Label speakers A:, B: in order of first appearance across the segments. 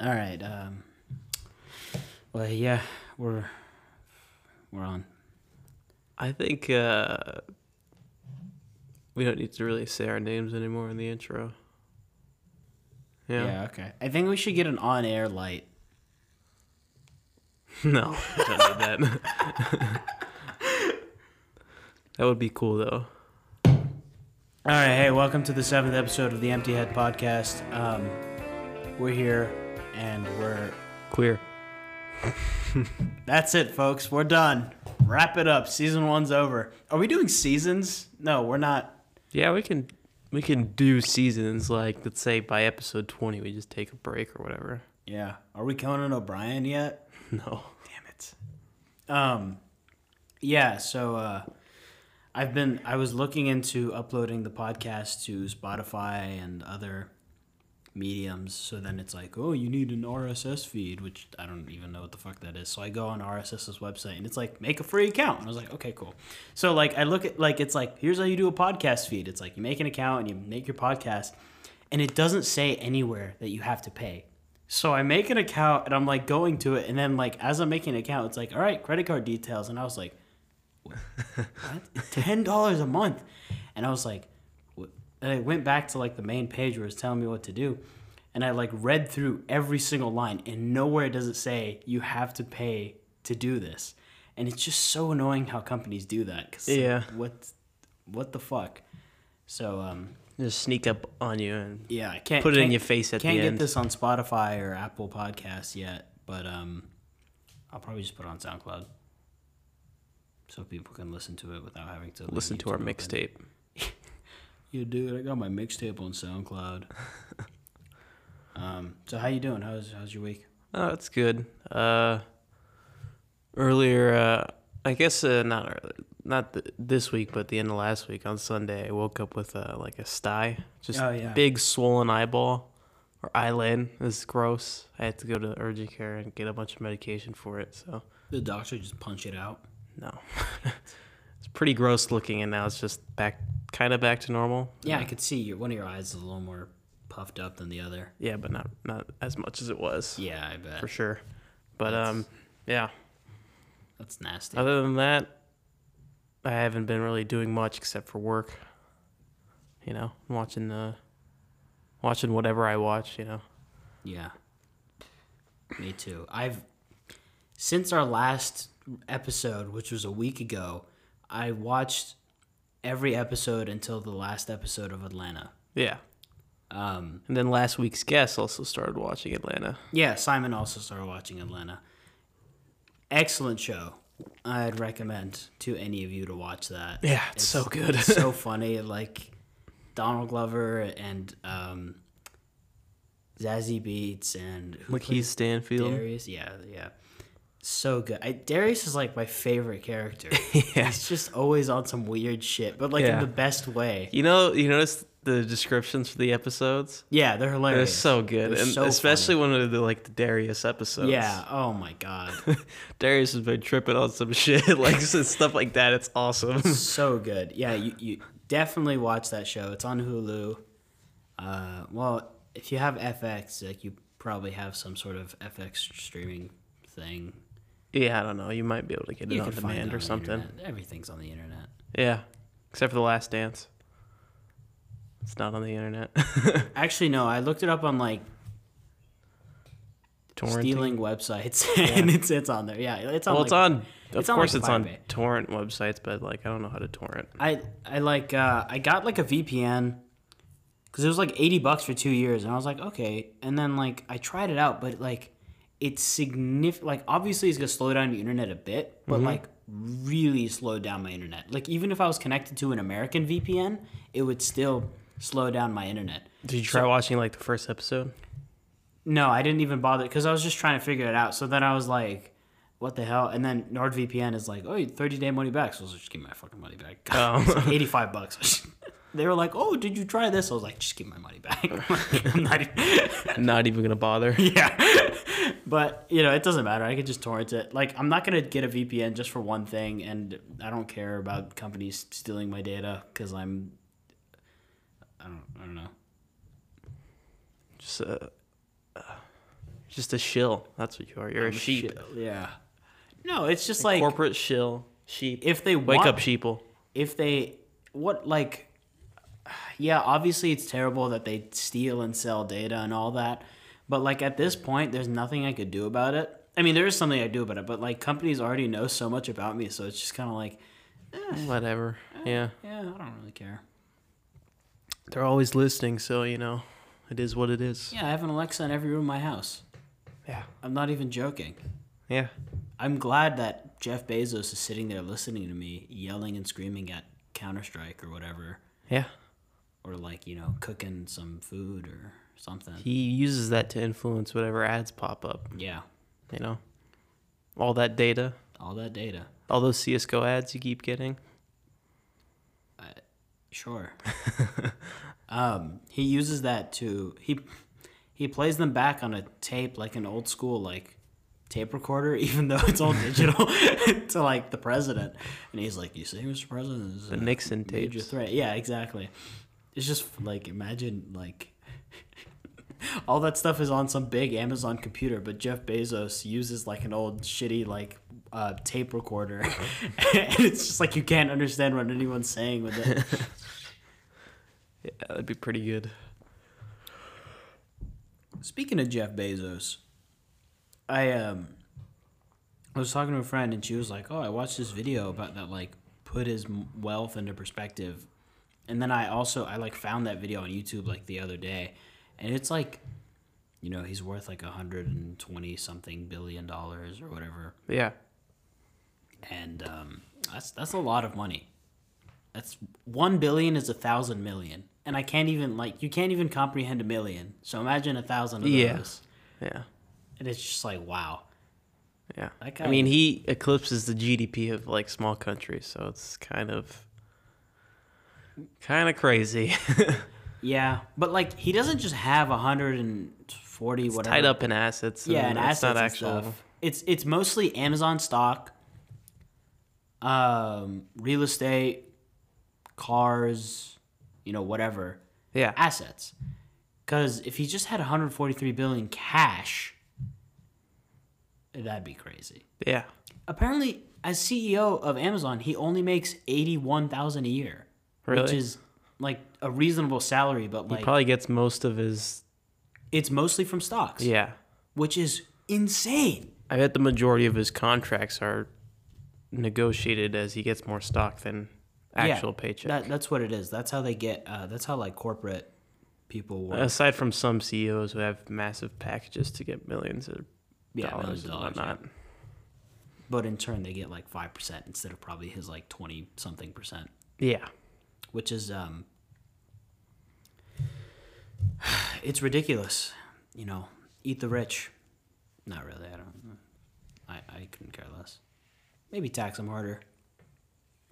A: All right. Um, well, yeah, we're we're on.
B: I think uh, we don't need to really say our names anymore in the intro.
A: Yeah.
B: Yeah.
A: okay. I think we should get an on-air light.
B: no, don't need that. that would be cool though.
A: All right. Hey, welcome to the seventh episode of the Empty Head Podcast. Um, we're here, and we're
B: Queer.
A: that's it, folks. We're done. Wrap it up. Season one's over. Are we doing seasons? No, we're not.
B: Yeah, we can we can do seasons like let's say by episode twenty we just take a break or whatever.
A: Yeah. Are we Conan O'Brien yet?
B: No.
A: Damn it. Um, yeah. So uh, I've been. I was looking into uploading the podcast to Spotify and other mediums. So then it's like, oh, you need an RSS feed, which I don't even know what the fuck that is. So I go on RSS's website and it's like, make a free account. And I was like, okay, cool. So like, I look at like it's like, here's how you do a podcast feed. It's like you make an account and you make your podcast, and it doesn't say anywhere that you have to pay. So I make an account and I'm like going to it, and then like as I'm making an account, it's like, all right, credit card details, and I was like, what? Ten dollars a month, and I was like, what? and I went back to like the main page where it's telling me what to do, and I like read through every single line, and nowhere does it say you have to pay to do this, and it's just so annoying how companies do that. 'cause, like,
B: Yeah.
A: what, what the fuck? So um,
B: Just sneak up on you and
A: yeah, I can't
B: put it in
A: can't-
B: your face at the
A: can't get
B: end.
A: this on Spotify or Apple Podcasts yet, but um, I'll probably just put it on SoundCloud so people can listen to it without having to leave
B: Listen to our
A: YouTube open.
B: mixtape.
A: Yeah, dude, I got my mixtape on SoundCloud. um, so how you doing? How's how's your week?
B: Oh, that's good. Uh, earlier, uh, I guess uh, not earlier, not th- this week, but the end of last week on Sunday, I woke up with uh, like a sty, just
A: Oh, yeah.
B: big swollen eyeball or eyelid. It was gross. I had to go to urgent care and get a bunch of medication for it. So
A: The doctor just punch it out.
B: no, it's pretty gross looking, and now it's just back, kind of back to normal.
A: Yeah, I could see your one of your eyes is a little more puffed up than the other.
B: Yeah, but not not as much as it was
A: Yeah, I bet
B: for sure. But um, yeah.
A: that's nasty.
B: Other than that, I haven't been really doing much except for work. You know, watching the watching whatever I watch, you know.
A: Yeah. Me too. I've since our last episode, which was a week ago, I watched every episode until the last episode of Atlanta.
B: Yeah.
A: Um,
B: And then last week's guest also started watching Atlanta.
A: yeah, Simon also started watching Atlanta. Excellent show. I'd recommend to any of you to watch that.
B: Yeah, it's so good.
A: it's so funny. Like Donald Glover and um, Zazie Beats and who
B: Lakeith Stanfield.
A: Darius, yeah, yeah. So good. I, Darius is like my favorite character.
B: Yeah.
A: He's just always on some weird shit, but like in
B: Yeah.
A: the best way.
B: You know, you notice the descriptions for the episodes?
A: Yeah, they're
B: They're
A: hilarious.
B: so good.
A: They're
B: and
A: so
B: especially one of the like the Darius episodes.
A: Yeah. Oh my god.
B: Darius has been tripping on some shit, like stuff like that. It's awesome.
A: so good. Yeah, you, you definitely watch that show. It's on Hulu. Uh, well, if you have FX, like you probably have some sort of FX streaming thing.
B: Yeah, I don't know. You might be able to get it
A: You
B: on
A: can find it
B: demand
A: on
B: or
A: the
B: something.
A: internet. Everything's on the internet.
B: Yeah, except for the Last Dance. It's not on the internet.
A: Actually, no. I looked it up on like
B: Torrent.
A: stealing websites and it's it's on there. Yeah, it's on.
B: Well,
A: like,
B: it's on. Of
A: it's on,
B: course,
A: like,
B: it's on
A: Pirate Bay.
B: torrent websites, but like I don't know how to torrent.
A: I I like uh, I got like a VPN because it was like eighty bucks for two years, and I was like, okay. And then like I tried it out, but like it's significant. Like obviously, it's gonna slow down your internet a bit, but like really slowed down my internet. Like even if I was connected to an American VPN, it would still slow down my internet.
B: Did you try watching like the first episode?
A: No, I didn't even bother because I was just trying to figure it out. So then I was like, what the hell? And then NordVPN is like, oh, 30 day money back. So I was like, just give me my fucking money back.
B: Oh.
A: It's like 85 bucks. they were like, oh, did you try this? I was like, just give me my money back. I'm not even-
B: Not even gonna bother.
A: yeah. but, you know, it doesn't matter. I could just torrent it. Like, I'm not going to get a VPN just for one thing. And I don't care about companies stealing my data because I'm, I don't, I don't know.
B: Just uh, uh, Just a shill. That's what you are. You're a sheep.
A: Shit, Yeah. No, it's just like
B: Corporate shill. Sheep.
A: if they
B: Wake
A: want,
B: up, sheeple.
A: if they what like yeah obviously it's terrible that they steal and sell data and all that but like at this point there's nothing i could do about it i mean there is something i could do about it but like companies already know so much about me so it's just kind of like
B: Whatever. Yeah.
A: yeah i don't really care
B: They're always listening, so, you know, it is what it is.
A: yeah i have an alexa in every room of my house
B: Yeah.
A: i'm not even joking
B: Yeah.
A: i'm glad that jeff bezos is sitting there listening to me yelling and screaming at counter-strike or whatever
B: Yeah.
A: or like you know cooking some food or something
B: He uses that to influence whatever ads pop up,
A: yeah
B: you know? All that data,
A: all that data
B: all those CSGO ads you keep getting.
A: Uh, Sure. um, he uses that to he he plays them back on a tape like an old school like tape recorder, even though it's all digital to like the president. And he's like, "You see, Mr. President, this is
B: The Nixon
A: a major
B: tapes.
A: threat." Yeah, exactly. It's just like imagine like. All that stuff is on some big Amazon computer, but Jeff Bezos uses like an old shitty like uh, tape recorder, and it's just like you can't understand what anyone's saying with it.
B: Yeah, that'd be pretty good.
A: Speaking of Jeff Bezos, I um I was talking to a friend and she was like, "Oh, I watched this video about that like put his m- wealth into perspective." And then I also I like found that video on YouTube like the other day, and it's like you know, he's worth like 120 something billion dollars or whatever.
B: Yeah.
A: And um that's that's a lot of money. That's 1 billion is a 1,000 million. And I can't even like you can't even comprehend a million. So imagine a 1,000 of
B: Yeah.
A: those.
B: Yeah.
A: And it's just like, wow.
B: Yeah.
A: That
B: I
A: guy-
B: mean, he eclipses the GDP of like small countries, so it's kind of kind of crazy.
A: Yeah. But like, he doesn't just have 140 whatever.
B: Tied up in assets.
A: Yeah, and assets
B: it's not
A: and
B: actual-
A: stuff. It's, it's mostly Amazon stock, um, real estate, cars, you know, whatever.
B: Yeah.
A: Assets. Because if he just had 143 billion cash, that'd be crazy.
B: Yeah.
A: apparently as CEO of Amazon, he only makes eighty one thousand a year, which
B: Really?
A: is like a reasonable salary, but like
B: Probably gets most of his.
A: it's mostly from stocks,
B: Yeah.
A: which is insane.
B: I bet the majority of his contracts are negotiated as he gets more stock than
A: Yeah,
B: actual paycheck.
A: That, that's what it is. That's how they get. Uh, that's how like corporate people work.
B: Aside from some CEOs who have massive packages to get millions of
A: Yeah,
B: dollars
A: millions of
B: and
A: dollars,
B: whatnot.
A: but in turn, they get like five percent instead of probably his like twenty something percent,
B: Yeah.
A: which is um, it's ridiculous. You know, eat the rich. Not really. I don't. I, I couldn't care less. Maybe tax them harder.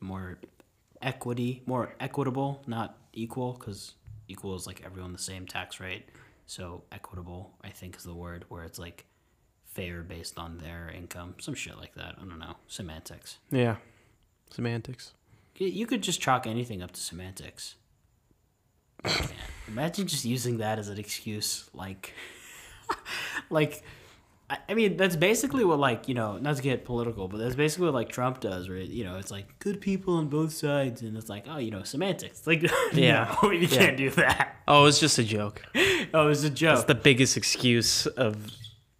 A: More equity, more equitable, not equal, because equal is like everyone the same tax rate. So equitable, I think, is the word where it's like fair based on their income, some shit like that. I don't know semantics.
B: Yeah. Semantics.
A: Y- You could just chalk anything up to semantics. Man, Imagine just using that as an excuse, like, like, I, I mean, that's basically what, like, you know, not to get political, but that's basically what like Trump does, right? You know, it's like good people on both sides, and it's like, oh, you know, semantics. Like,
B: Yeah.
A: no, you can't do that.
B: Oh, it's just a joke.
A: Oh, it's a joke.
B: It's the biggest excuse of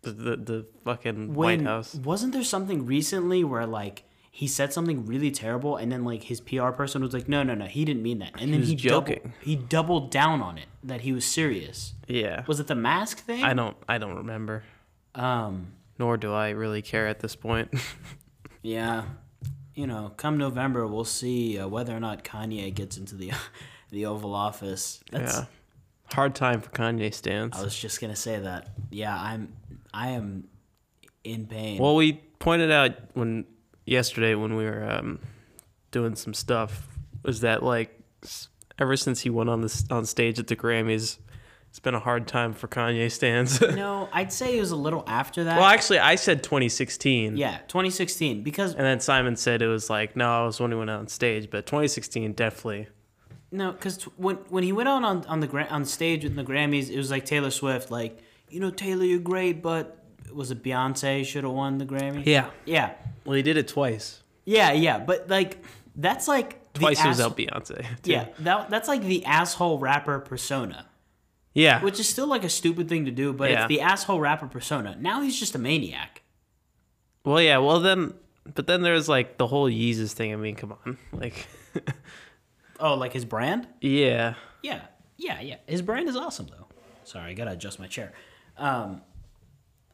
B: the the, the fucking White
A: When-
B: House.
A: Wasn't there something recently where like he said something really terrible and then like his PR person was like, "No, no, no, he didn't mean that." And then
B: was
A: he
B: joking.
A: Doubled, he doubled down on it that he was serious.
B: Yeah.
A: Was it the mask thing?
B: I don't I don't remember.
A: um
B: Nor do I really care at this point.
A: yeah. You know, come November we'll see uh, whether or not Kanye gets into the the Oval Office. That's
B: yeah. Hard time for Kanye
A: I
B: stands.
A: was just going to say that. Yeah, I'm I am in pain.
B: Well, we pointed out when yesterday when we were um, doing some stuff was that like s- ever since he went on this on stage at the Grammys, it's been a hard time for Kanye stands. well,
A: no, I'd say it was a little after that.
B: actually, I said 2016.
A: yeah, 2016 because
B: And then Simon said it was like, no, I was when he went on stage, but 2016 definitely.
A: No, because t- when when he went out on on the gra- on stage with the Grammys, it was like Taylor Swift, like you know Taylor, you're great, but was it Beyonce should have won the Grammy?
B: Yeah.
A: Yeah.
B: Well, he did it twice.
A: Yeah, yeah, but like that's like the
B: Twice it was
A: ass-
B: out Beyonce. too.
A: Yeah, that, that's like the asshole rapper persona,
B: Yeah.
A: which is still like a stupid thing to do, but
B: Yeah.
A: it's the asshole rapper persona. Now he's just a maniac.
B: Well, yeah. Well, then, but then there's like the whole Yeezus thing. I mean, come on. Like,
A: Oh, like his brand?
B: yeah.
A: Yeah, yeah, yeah. His brand is awesome though. Sorry, I gotta adjust my chair. Um,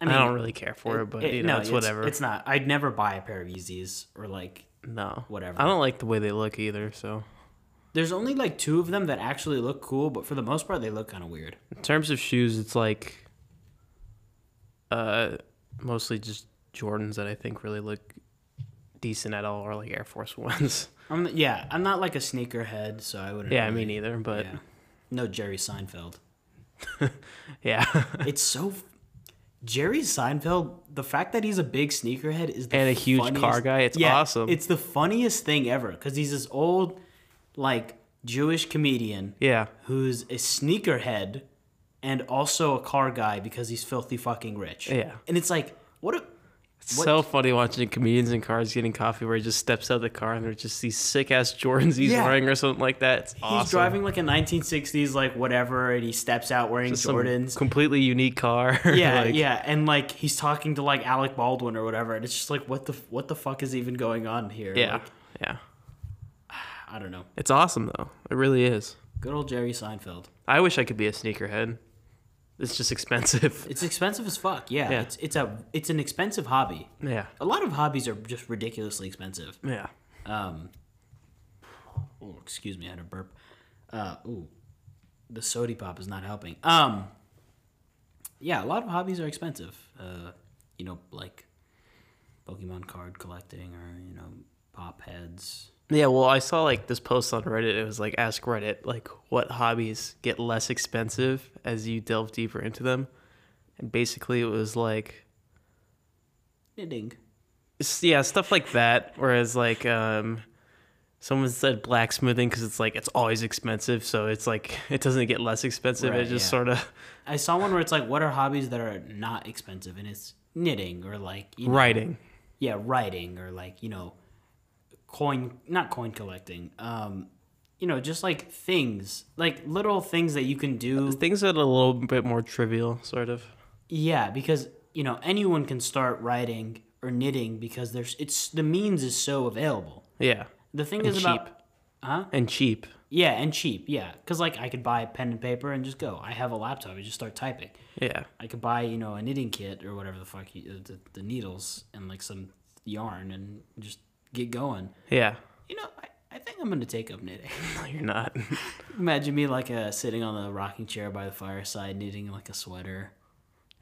B: I,
A: mean,
B: don't really care for it, but
A: it-
B: you know, it's, whatever.
A: It's not. I'd never buy a pair of Yeezys or like.
B: no,
A: whatever.
B: I don't like the way they look either. So,
A: There's only like two of them that actually look cool, but for the most part, they look kind of weird.
B: in terms of shoes, it's like, uh, mostly just Jordans that I think really look decent at all, or like Air Force Ones.
A: I'm yeah. I'm not like a sneakerhead, so I wouldn't.
B: yeah, I
A: really-
B: mean either, but
A: yeah. No Jerry Seinfeld.
B: yeah,
A: It's so. Jerry Seinfeld, the fact that he's a big sneakerhead is the
B: And a huge
A: funniest-
B: car guy, it's
A: Yeah,
B: awesome.
A: It's the funniest thing ever because he's this old, like Jewish comedian
B: yeah,
A: who's a sneakerhead and also a car guy because he's filthy fucking rich.
B: Yeah.
A: and it's like what a
B: It's
A: What-
B: so funny watching comedians in cars getting coffee where he just steps out of the car and they're just these sick ass Jordans he's
A: Yeah.
B: wearing or something like that. It's awesome.
A: he's driving like a 1960s like whatever, and he steps out wearing
B: Just some
A: Jordans.
B: completely unique car.
A: Yeah,
B: Like,
A: yeah, and like he's talking to like Alec Baldwin or whatever, and it's just like what the what the fuck is even going on here?
B: yeah,
A: Like,
B: yeah.
A: I don't know.
B: It's awesome though. It really is.
A: Good old Jerry Seinfeld.
B: I wish I could be a sneakerhead. It's just expensive.
A: It's expensive as fuck. Yeah,
B: Yeah.
A: it's it's a it's an expensive hobby.
B: Yeah,
A: A lot of hobbies are just ridiculously expensive.
B: yeah.
A: Um, oh, excuse me, I had a burp. Uh, ooh, the sody pop is not helping. Um, yeah, a lot of hobbies are expensive. Uh, you know, like Pokemon card collecting or you know pop heads.
B: Yeah, well, I saw like this post on Reddit. It was like ask Reddit like what hobbies get less expensive as you delve deeper into them. And basically it was like
A: Knitting.
B: S- yeah stuff like that whereas like um someone said blacksmithing because it's like it's always expensive so it's like it doesn't get less expensive
A: Right,
B: it just
A: yeah.
B: sort of
A: I saw one where it's like, what are hobbies that are not expensive? And it's knitting or like you know,
B: writing
A: yeah, writing or like you know, coin not coin collecting. Um, you know, just like things, like little things that you can do.
B: things that are a little bit more trivial sort of
A: Yeah, because you know anyone can start writing or knitting because there's it's the means is so available.
B: yeah
A: The thing
B: And
A: is
B: cheap.
A: about huh?
B: and cheap
A: Yeah, and cheap. Yeah, because like I could buy pen and paper and just go. I have a laptop. I just start typing.
B: yeah
A: I could buy you know a knitting kit or whatever the fuck you, uh, the, the needles and like some yarn and just get going.
B: yeah
A: You know, I, I think I'm gonna take up knitting.
B: no you're not
A: Imagine me like uh, sitting on the rocking chair by the fireside knitting like a sweater.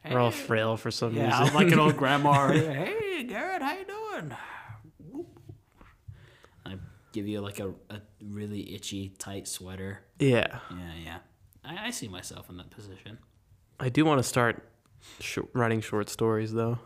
B: we're all frail for some
A: Yeah,
B: reason
A: I'm like an old grandma. already. hey, Garrett, how you doing? I give you like a, a really itchy, tight sweater.
B: yeah
A: Yeah, yeah. I, I see myself in that position.
B: i do want to start sh- writing short stories though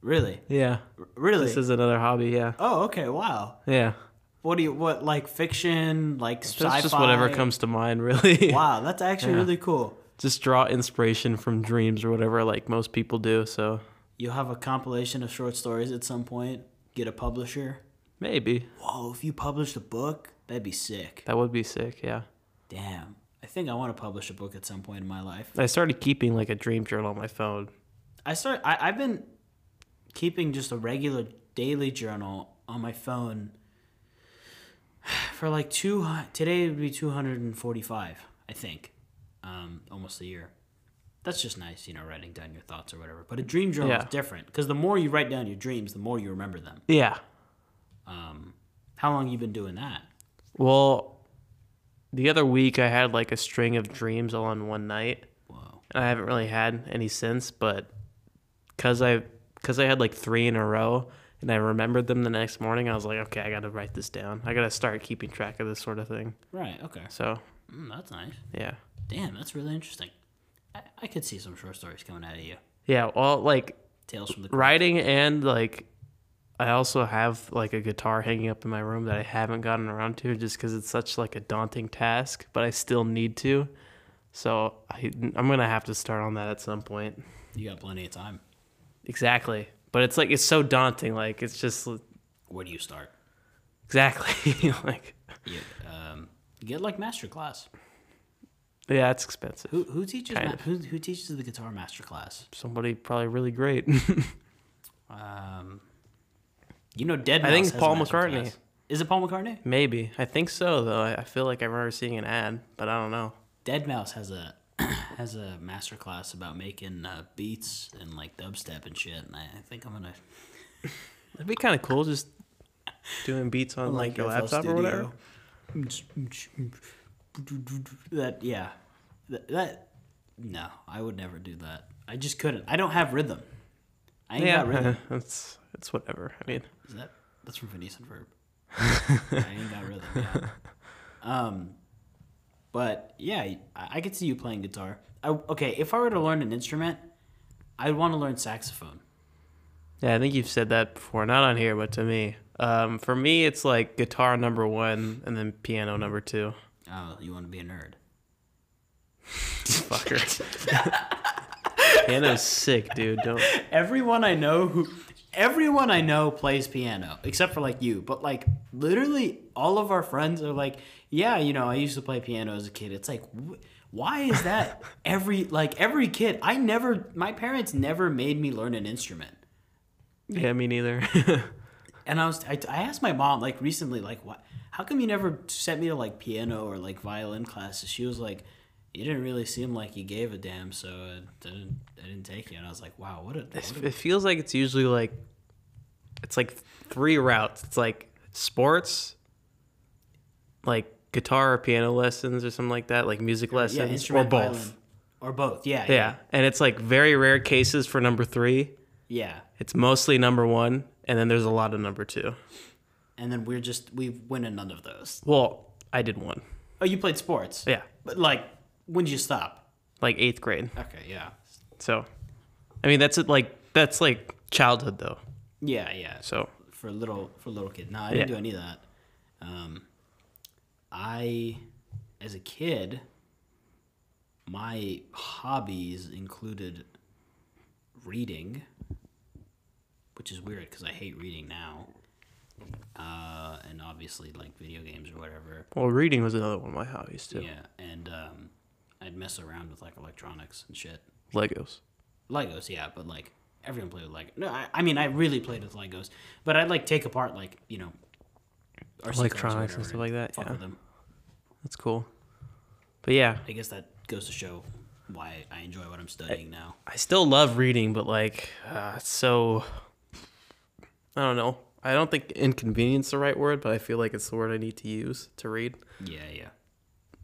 A: Really,
B: yeah
A: R- really.
B: this is another hobby yeah
A: oh, okay. Wow.
B: yeah
A: What do you what like fiction like sci-fi?
B: that's just whatever comes to mind really
A: Wow, that's actually
B: Yeah.
A: really cool.
B: just draw inspiration from dreams or whatever like most people do so
A: You'll have a compilation of short stories at some point. Get a publisher.
B: Maybe.
A: Whoa, if you published a book, that'd be sick.
B: That would be sick, yeah.
A: Damn. I think I want to publish a book at some point in my life.
B: I started keeping like a dream journal on my phone.
A: I start. I, I've been keeping just a regular daily journal on my phone for like two. hu- Today would be two hundred and forty-five. I think, um, almost a year. That's just nice, you know, writing down your thoughts or whatever. But a dream journal
B: Yeah.
A: is different because the more you write down your dreams, the more you remember them.
B: Yeah.
A: Um, how long you been doing that?
B: Well, the other week I had like a string of dreams all on one night,
A: Whoa.
B: and I haven't really had any since, but cuz I cuz I had like 3 in a row and I remembered them the next morning, I was like, okay, I got to write this down. I got to start keeping track of this sort of thing.
A: Right. Okay.
B: So,
A: Mm, that's nice.
B: yeah.
A: Damn, that's really interesting. I, I could see some short stories coming out of you.
B: Yeah, well, like
A: Tales from the Crypt.
B: writing and like I also have like a guitar hanging up in my room that I haven't gotten around to just cuz it's such like a daunting task, but I still need to. So I, I'm going to have to start on that at some point.
A: You got plenty of time.
B: Exactly. But it's like it's so daunting. Like it's just
A: Where do you start?
B: exactly like
A: You, um, you get like master class.
B: yeah, it's expensive.
A: Who who teaches
B: Kind
A: ma-
B: of.
A: who, who teaches the guitar master class?
B: Somebody probably really great.
A: Um, you know, Dead.
B: I think
A: Mouse
B: it's Paul
A: has a master
B: McCartney.
A: class. Is it Paul McCartney?
B: Maybe. I think so though. I, I feel like I remember seeing an ad, but I don't know.
A: Dead Mouse has a has a master class about making uh, beats and like dubstep and shit. And I, I think I'm gonna
B: It'd be kind of cool just doing beats on like, your
A: FL
B: laptop or whatever.
A: Studio. That yeah, that, that no, I would never do that. I just couldn't. I don't have rhythm. I ain't got rhythm.
B: yeah, it's it's whatever. I mean,
A: Is that that's from Phineas and Ferb? I ain't got rhythm. Yeah. Um, but yeah, I, I could see you playing guitar. I, okay, if I were to learn an instrument, I'd want to learn saxophone.
B: yeah, I think you've said that before, not on here, but to me. Um, for me, it's like guitar number one and then piano number two.
A: Oh, you want to be a nerd?
B: Fucker. Piano's sick, dude. Don't.
A: Everyone I know who everyone I know plays piano except for like you, but like literally all of our friends are like, yeah, you know, I used to play piano as a kid. It's like wh- why is that every like every kid? I never my parents never made me learn an instrument.
B: Yeah, me neither.
A: And I was I, I asked my mom like recently like what how come you never sent me to like piano or like violin classes? She was like you didn't really seem like you gave a damn, so I didn't, I didn't take you. And I was like, wow, what a, what a
B: it feels like it's usually like it's like three routes. It's like sports, like guitar or piano lessons or something like that, like music lessons or
A: instrument,
B: both.
A: violin. Or both, yeah,
B: Yeah, and it's like very rare cases for number 3.
A: yeah.
B: It's mostly number 1 and then there's a lot of number 2.
A: And then we're just we win in none of those.
B: Well, I did one.
A: Oh, you played sports,
B: Yeah.
A: but like when did you stop?
B: Like 8th grade.
A: Okay, yeah,
B: So I mean, that's it like that's like childhood though.
A: yeah, yeah.
B: So
A: For a little for a little kid, no, I didn't
B: Yeah.
A: do any of that. Um, I, as a kid, my hobbies included reading, which is weird because I hate reading now. Uh, and obviously, like video games or whatever.
B: well, reading was another one of my hobbies too.
A: Yeah, and um, I'd mess around with like electronics and shit.
B: Legos.
A: Legos, yeah, but like everyone played with Lego. No, I, I mean I really played with Legos, but I'd like take apart like you know RC cars or
B: Electronics and
A: whatever
B: stuff like that,
A: fuck
B: yeah.
A: with them.
B: That's cool. But yeah,
A: I guess that goes to show why I enjoy what I'm studying now.
B: I still love reading, but like, uh, it's so I don't know. I don't think inconvenience the right word, but I feel like it's the word I need to use to read.
A: Yeah, yeah.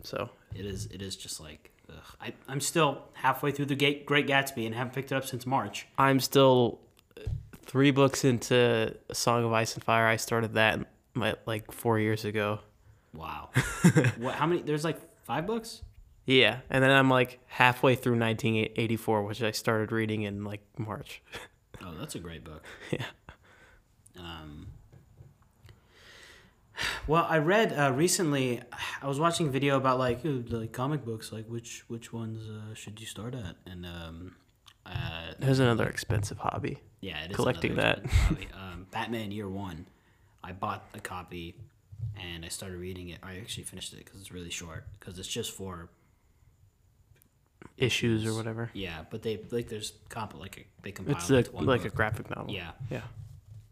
B: So
A: It is. It is just like ugh. I, I'm still halfway through the Ga- Great Gatsby and haven't picked it up since March.
B: I'm still three books into A Song of Ice and Fire. I started that my, like four years ago.
A: Wow. what? How many? There's like five books.
B: Yeah, and then I'm like halfway through 1984, which I started reading in like March.
A: Oh, that's a great book.
B: Yeah.
A: Um, well, I read uh, recently. I was watching a video about like ooh, the comic books, like which which ones uh, should you start at, and um, uh,
B: There's another expensive hobby.
A: yeah, it is
B: Collecting
A: another
B: that.
A: expensive hobby. um, Batman Year One. I bought a copy, and I started reading it. I actually finished it because it's really short. Because it's just for
B: Issues or whatever.
A: yeah, but they like there's comp like a, they compile
B: It's
A: it
B: a,
A: into one
B: like a
A: book.
B: graphic novel.
A: yeah.
B: Yeah.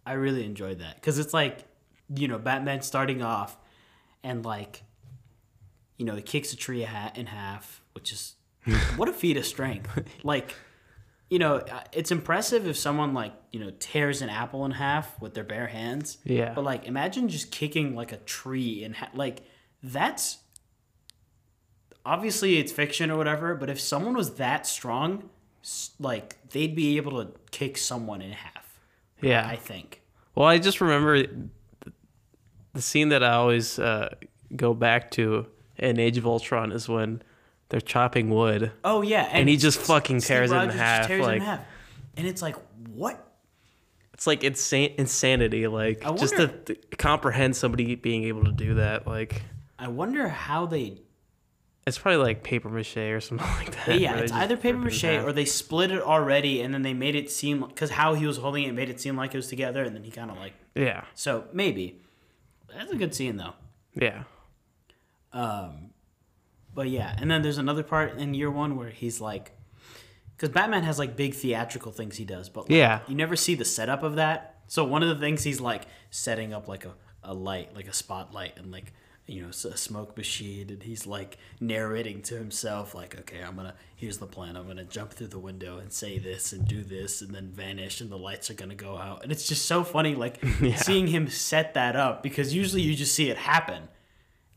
A: I really enjoyed that because it's like, you know, Batman starting off, and like, you know, he kicks a tree a ha- in half, which is what a feat of strength. Like, you know, uh, it's impressive if someone like you know tears an apple in half with their bare hands.
B: Yeah.
A: But like, imagine just kicking like a tree in ha- like that's obviously it's fiction or whatever. But if someone was that strong, s- like they'd be able to kick someone in half.
B: Yeah.
A: I think.
B: Well, I just remember th- the scene that I always uh, go back to in Age of Ultron is when they're chopping wood
A: Oh yeah,
B: and he just fucking
A: Steve
B: tears it in
A: Rogers just
B: half.
A: tears it
B: Like
A: half. and it's like what?
B: it's like insane insanity. Like
A: I
B: just to th- comprehend somebody being able to do that. Like
A: I wonder how they
B: It's probably like paper mache or something like that.
A: yeah,
B: where
A: it's
B: they just
A: either paper
B: rip it in
A: mache
B: half.
A: or they split it already and then they made it seem because how he was holding it made it seem like it was together and then he kind of like
B: yeah,
A: so maybe that's a good scene though.
B: yeah,
A: Um, but yeah, and then there's another part in year one where he's like, because Batman has like big theatrical things he does, but like,
B: Yeah.
A: you never see the setup of that. So one of the things he's like setting up like a, a light, like a spotlight, and like you know s- a smoke machine, and he's like narrating to himself, like, okay, I'm gonna here's the plan. I'm gonna jump through the window and say this and do this, and then vanish, and the lights are gonna go out, and it's just so funny, like seeing him set that up because usually you just see it happen.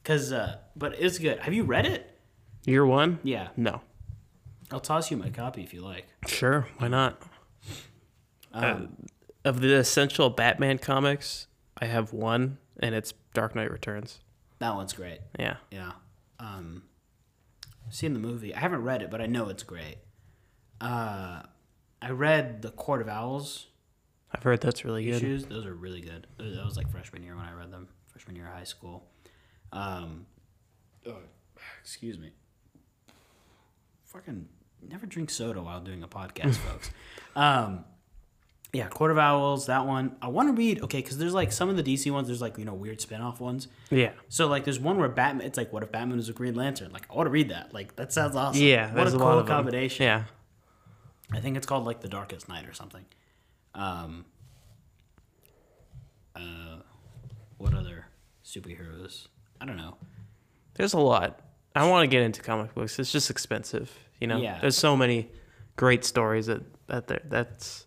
A: Cause, uh, but it's good. Have you read it?
B: year one.
A: Yeah,
B: No,
A: I'll toss you my copy if you like.
B: sure, why not? uh, of the essential Batman comics, I have one, and it's Dark Knight Returns.
A: That one's great.
B: Yeah,
A: Yeah. Um, I've seen the movie. I haven't read it, but I know it's great. Uh, I read the Court of Owls
B: I've heard that's really good.
A: issues. Those are really good. Those- That was like freshman year when I read them. Freshman year of high school. Um, oh, excuse me. Fucking never drink soda while doing a podcast, folks. Um, yeah, Court of Owls. That one I want to read. Okay, because there's like some of the DC ones. There's like you know weird spin off ones.
B: Yeah,
A: So like, there's one where Batman. It's like, what if Batman was a Green Lantern? Like, I want to read that. Like, that sounds awesome.
B: yeah,
A: what
B: there's
A: a
B: a,
A: cool
B: lot of them.
A: combination.
B: Yeah,
A: I think it's called like the Darkest Night or something. Um, uh, what other superheroes? I don't know.
B: there's a lot. I want to get into comic books. It's just expensive, you know.
A: Yeah.
B: There's so many great stories that that there that's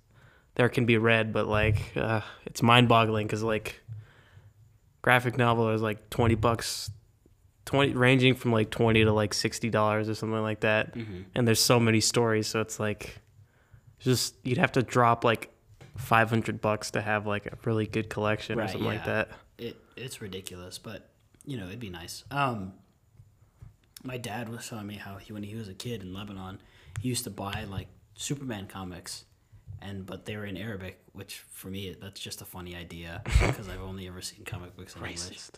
B: there can be read, but like uh, it's mind-boggling because like graphic novel is like twenty bucks, twenty ranging from like twenty to like sixty dollars or something like that.
A: Mm-hmm.
B: And there's so many stories, so it's like just you'd have to drop like five hundred bucks to have like a really good collection or
A: Right,
B: something like
A: yeah.
B: that.
A: It it's ridiculous, but you know it'd be nice. Um, my dad was telling me how he when he was a kid in Lebanon, he used to buy like Superman comics, and but they were in Arabic, which for me that's just a funny idea because I've only ever seen comic books in English.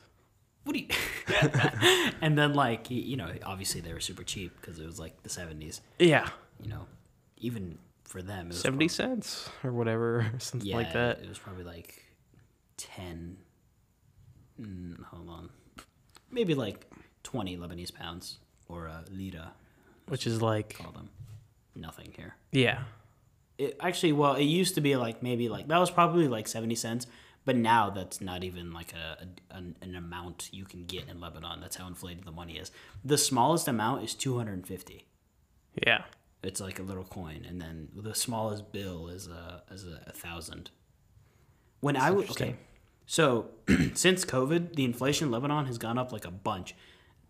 A: What do you? and then like he, you know obviously they were super cheap because it was like the seventies.
B: Yeah.
A: You know, even for them it was
B: seventy cents or whatever, or something
A: yeah,
B: like that.
A: It was probably like ten. Mm, hold on, maybe like twenty Lebanese pounds or a lira.
B: Which is like,
A: Call them nothing here.
B: yeah,
A: It actually, well, it used to be like maybe like that was probably like seventy cents, but now that's not even like a, a an, an amount you can get in Lebanon. That's how inflated the money is. The smallest amount is two hundred and fifty.
B: yeah,
A: It's like a little coin, and then the smallest bill is a is a, a thousand. When I was okay,
B: interesting.
A: so since COVID, the inflation in Lebanon has gone up like a bunch.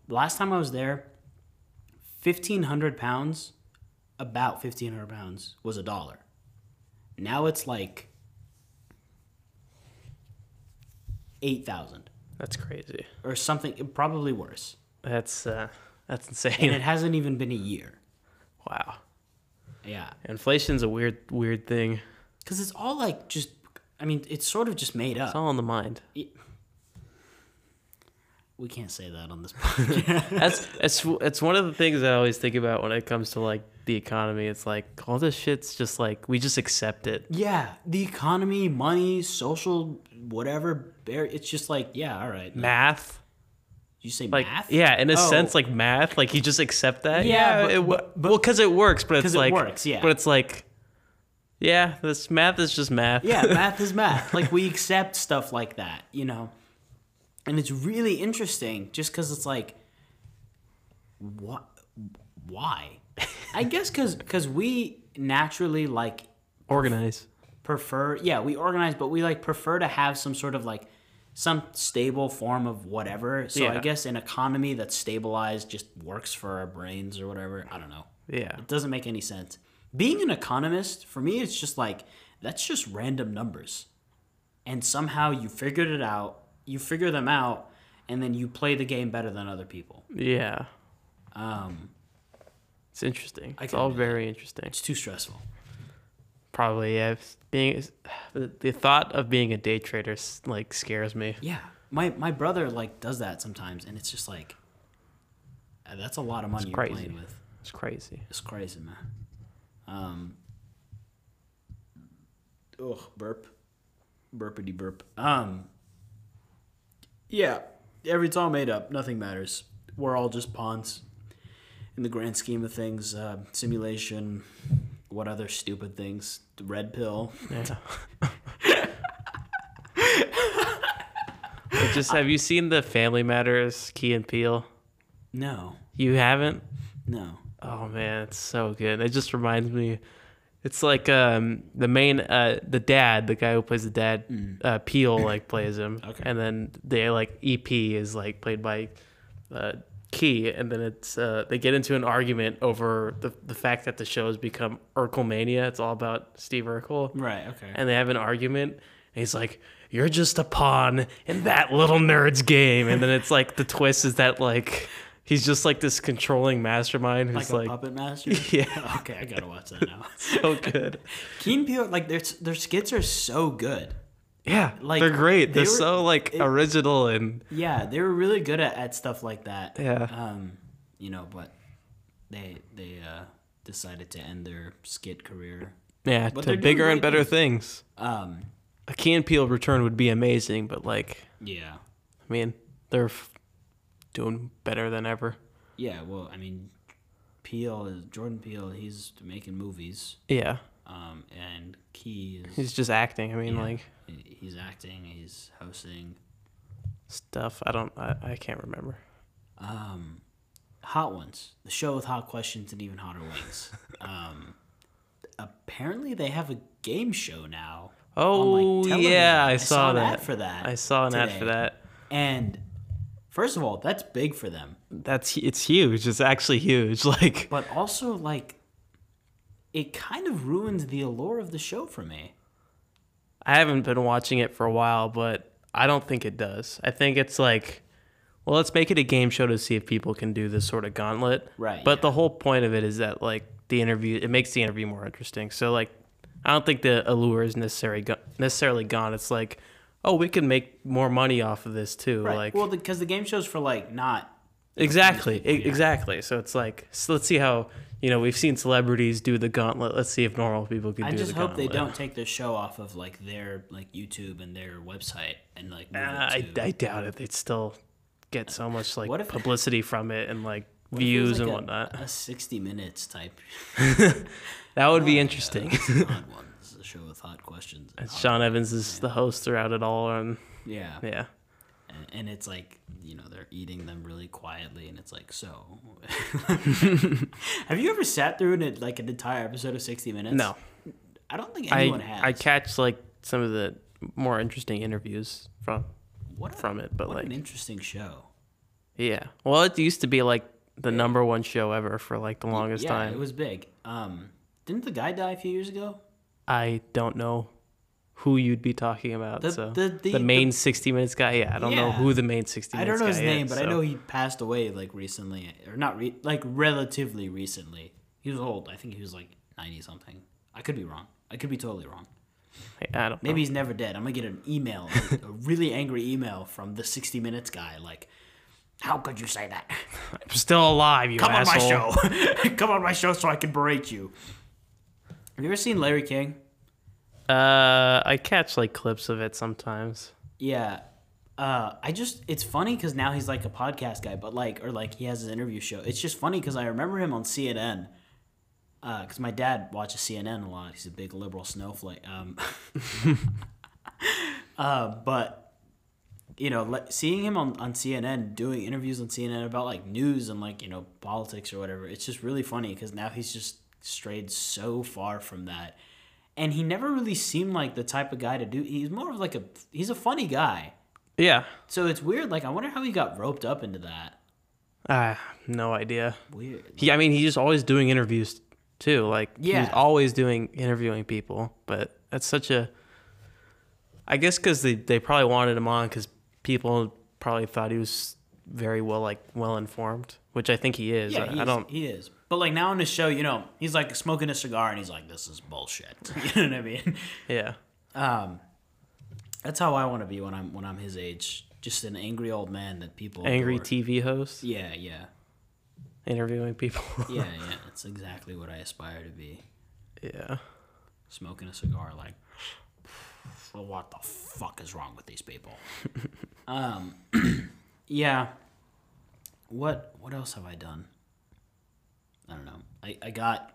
A: Last time I was there, fifteen hundred pounds, about fifteen hundred pounds was a dollar. Now it's like eight thousand
B: that's crazy.
A: or something, probably worse,
B: That's uh, that's
A: and
B: insane.
A: it hasn't even been a year.
B: wow,
A: Yeah,
B: inflation's a weird, weird thing.
A: because it's all like just. I mean, it's sort of just made up.
B: It's all in the mind.
A: We can't say that on this podcast.
B: That's it's it's one of the things I always think about when it comes to like the economy. It's like all this shit's just like we just accept it.
A: yeah, the economy, money, social, whatever. bar- It's just like, yeah, all right.
B: Math,
A: you say
B: Mm. like
A: math?
B: yeah, in a
A: Oh,
B: sense, like math, like you just accept that.
A: Yeah, but-
B: it, wo- well, because it works, but it's
A: 'Cause it
B: like
A: works, yeah.
B: but it's like. Yeah, this math is just math.
A: yeah, math is math. Like we accept stuff like that, you know. And it's really interesting, just because it's like, what? Why? I guess because because we naturally like
B: Organize.
A: prefer yeah we organize but we like prefer to have some sort of like some stable form of whatever so i
B: Yeah.
A: guess an economy that's stabilized just works for our brains or whatever i don't know
B: Yeah.
A: it doesn't make any sense being an economist for me it's just like that's just random numbers and somehow you figured it out you figure them out and then you play the game better than other people
B: Yeah.
A: um,
B: It's interesting.
A: I
B: it's
A: can
B: all
A: do that.
B: very interesting.
A: it's too stressful
B: Probably yeah. it's Being the the thought of being a day trader s- like scares me.
A: Yeah, my my brother like does that sometimes, and it's just like Uh, That's a lot of money you're
B: crazy.
A: playing with.
B: It's crazy.
A: It's crazy, man. Um. Ugh, burp, burpity burp. Um. Yeah, every it's all made up. Nothing matters. We're all just pawns in the grand scheme of things. Uh, simulation. What other stupid things? The red pill.
B: Yeah. It just have you seen the Family Matters Key and Peele?
A: No,
B: You haven't?
A: no.
B: Oh man, it's so good. It just reminds me. It's like um, the main uh, the dad, the guy who plays the dad, uh, Peel like plays him,
A: Mm. Okay.
B: and then they like EP is like played by uh, Key, and then it's uh, they get into an argument over the the fact that the show has become Urkel mania. It's all about Steve Urkel,
A: Right. Okay.
B: and they have an argument and he's like you're just a pawn in that little nerd's game and then it's like the twist is that like he's just like this controlling mastermind
A: like
B: who's
A: a
B: like,
A: puppet master.
B: Yeah.
A: okay, I gotta watch that now.
B: so good
A: Keen Peele, like their their skits are so good.
B: yeah
A: Like,
B: like they're great
A: they
B: they are
A: were-
B: so like
A: it-
B: original and
A: Yeah, they were really good at, at stuff like that.
B: Yeah.
A: Um, you know, but they they uh, decided to end their skit career.
B: yeah
A: But they're
B: to
A: doing
B: bigger and
A: great
B: better things
A: Um,
B: a key and peel return would be amazing but like
A: yeah.
B: i mean they're f- doing better than ever
A: Yeah, well, I mean Peele is Jordan Peele, he's making movies.
B: yeah
A: Um, and Key is
B: he's just acting i mean
A: Yeah.
B: like
A: he's acting, he's hosting.
B: stuff i don't i, I can't remember
A: Um, hot ones. The show with hot questions and even hotter wings. um, apparently they have a game show now.
B: oh
A: television.
B: yeah i,
A: I
B: saw, that.
A: for that.
B: I saw an ad for
A: today.
B: that.
A: And first of all, that's big for them.
B: That's it's huge. It's actually huge. Like
A: But also, like, it kind of ruins the allure of the show for me.
B: I haven't been watching it for a while, but I don't think it does. I think it's like, well, let's make it a game show to see if people can do this sort of gauntlet.
A: Right,
B: But
A: yeah.
B: the whole point of it is that like the interview, it makes the interview more interesting. So like, I don't think the allure is necessarily go- necessarily gone. It's like, oh, we can make more money off of this too.
A: Right.
B: Like,
A: well, because the game show's for like not
B: Exactly. e- Exactly. So it's like, so let's see how you know we've seen celebrities do the gauntlet. Let's see if normal people can
A: I
B: do
A: just
B: the
A: hope
B: gauntlet.
A: they don't take their show off of like their like YouTube and their website and like. Move
B: Uh,
A: it
B: I,
A: to-
B: I doubt it. They'd still get so much like
A: What if-
B: publicity from it and like
A: What if it was,
B: views
A: like,
B: and
A: a-
B: whatnot.
A: A sixty minutes type.
B: That would be interesting.
A: That's an odd one. This is a show with hot questions. and hot-
B: Sean Evans is the host throughout it all, and
A: yeah.
B: yeah,
A: And, and it's like you know they're eating them really quietly, and it's like so. have you ever sat through an, like an entire episode of sixty minutes?
B: no,
A: I don't think
B: I
A: anyone has.
B: I catch like some of the more interesting interviews from
A: what a-
B: from it, but
A: what
B: like
A: an interesting show.
B: yeah, well, it used to be like the number one show ever for like the longest
A: yeah,
B: time.
A: it was big. Um, didn't the guy die a few years ago?
B: I don't know who you'd be talking about.
A: The-
B: so
A: the-
B: the,
A: the-
B: main 60 Minutes guy. Yeah, I don't know
A: Yeah.
B: who the main 60
A: I don't
B: Minutes guy
A: know his name,
B: is,
A: but I
B: so-
A: know he passed away like recently, or not re- like relatively recently. He was old. I think he was like ninety something. I could be wrong. I could be totally wrong.
B: I don't.
A: Maybe
B: Maybe
A: he's never dead. I'm gonna get an email, a, a really angry email from the 60 Minutes guy. Like, how could you say that?
B: I'm still alive. You
A: Come
B: asshole.
A: on my show. Come on my show so I can berate you. Have you ever seen Larry King?
B: Uh, I catch like clips of it sometimes.
A: Yeah. Uh, I just it's funny because now he's like a podcast guy, but like or like he has his interview show. It's just funny because I remember him on CNN. Because uh, my dad watches CNN a lot. He's a big liberal snowflake. Um, uh, but you know, le- seeing him on, on CNN doing interviews on CNN about like news and like you know politics or whatever, it's just really funny because now he's just strayed so far from that, and he never really seemed like the type of guy to do. He's more of like a he's a funny guy,
B: Yeah.
A: so it's weird. Like I wonder how he got roped up into that.
B: Uh, no idea.
A: Weird.
B: He. I mean, he's just always doing interviews too. Like
A: Yeah.
B: he's always doing interviewing people. But that's such a. I guess because they they probably wanted him on because people probably thought he was very well like well informed, which I think he is.
A: Yeah,
B: I-
A: he's,
B: I don't.
A: He is, but like now on his show, you know, he's like smoking a cigar and he's like, "This is bullshit." You know what I mean?
B: Yeah.
A: Um, that's how I want to be when I'm when I'm his age. Just an angry old man that people
B: angry
A: adore.
B: TV host.
A: Yeah, yeah.
B: interviewing people.
A: yeah, yeah, that's exactly what I aspire to be.
B: yeah.
A: Smoking a cigar, like, well, what the fuck is wrong with these people? um, yeah. What what else have I done? I don't know. I, I got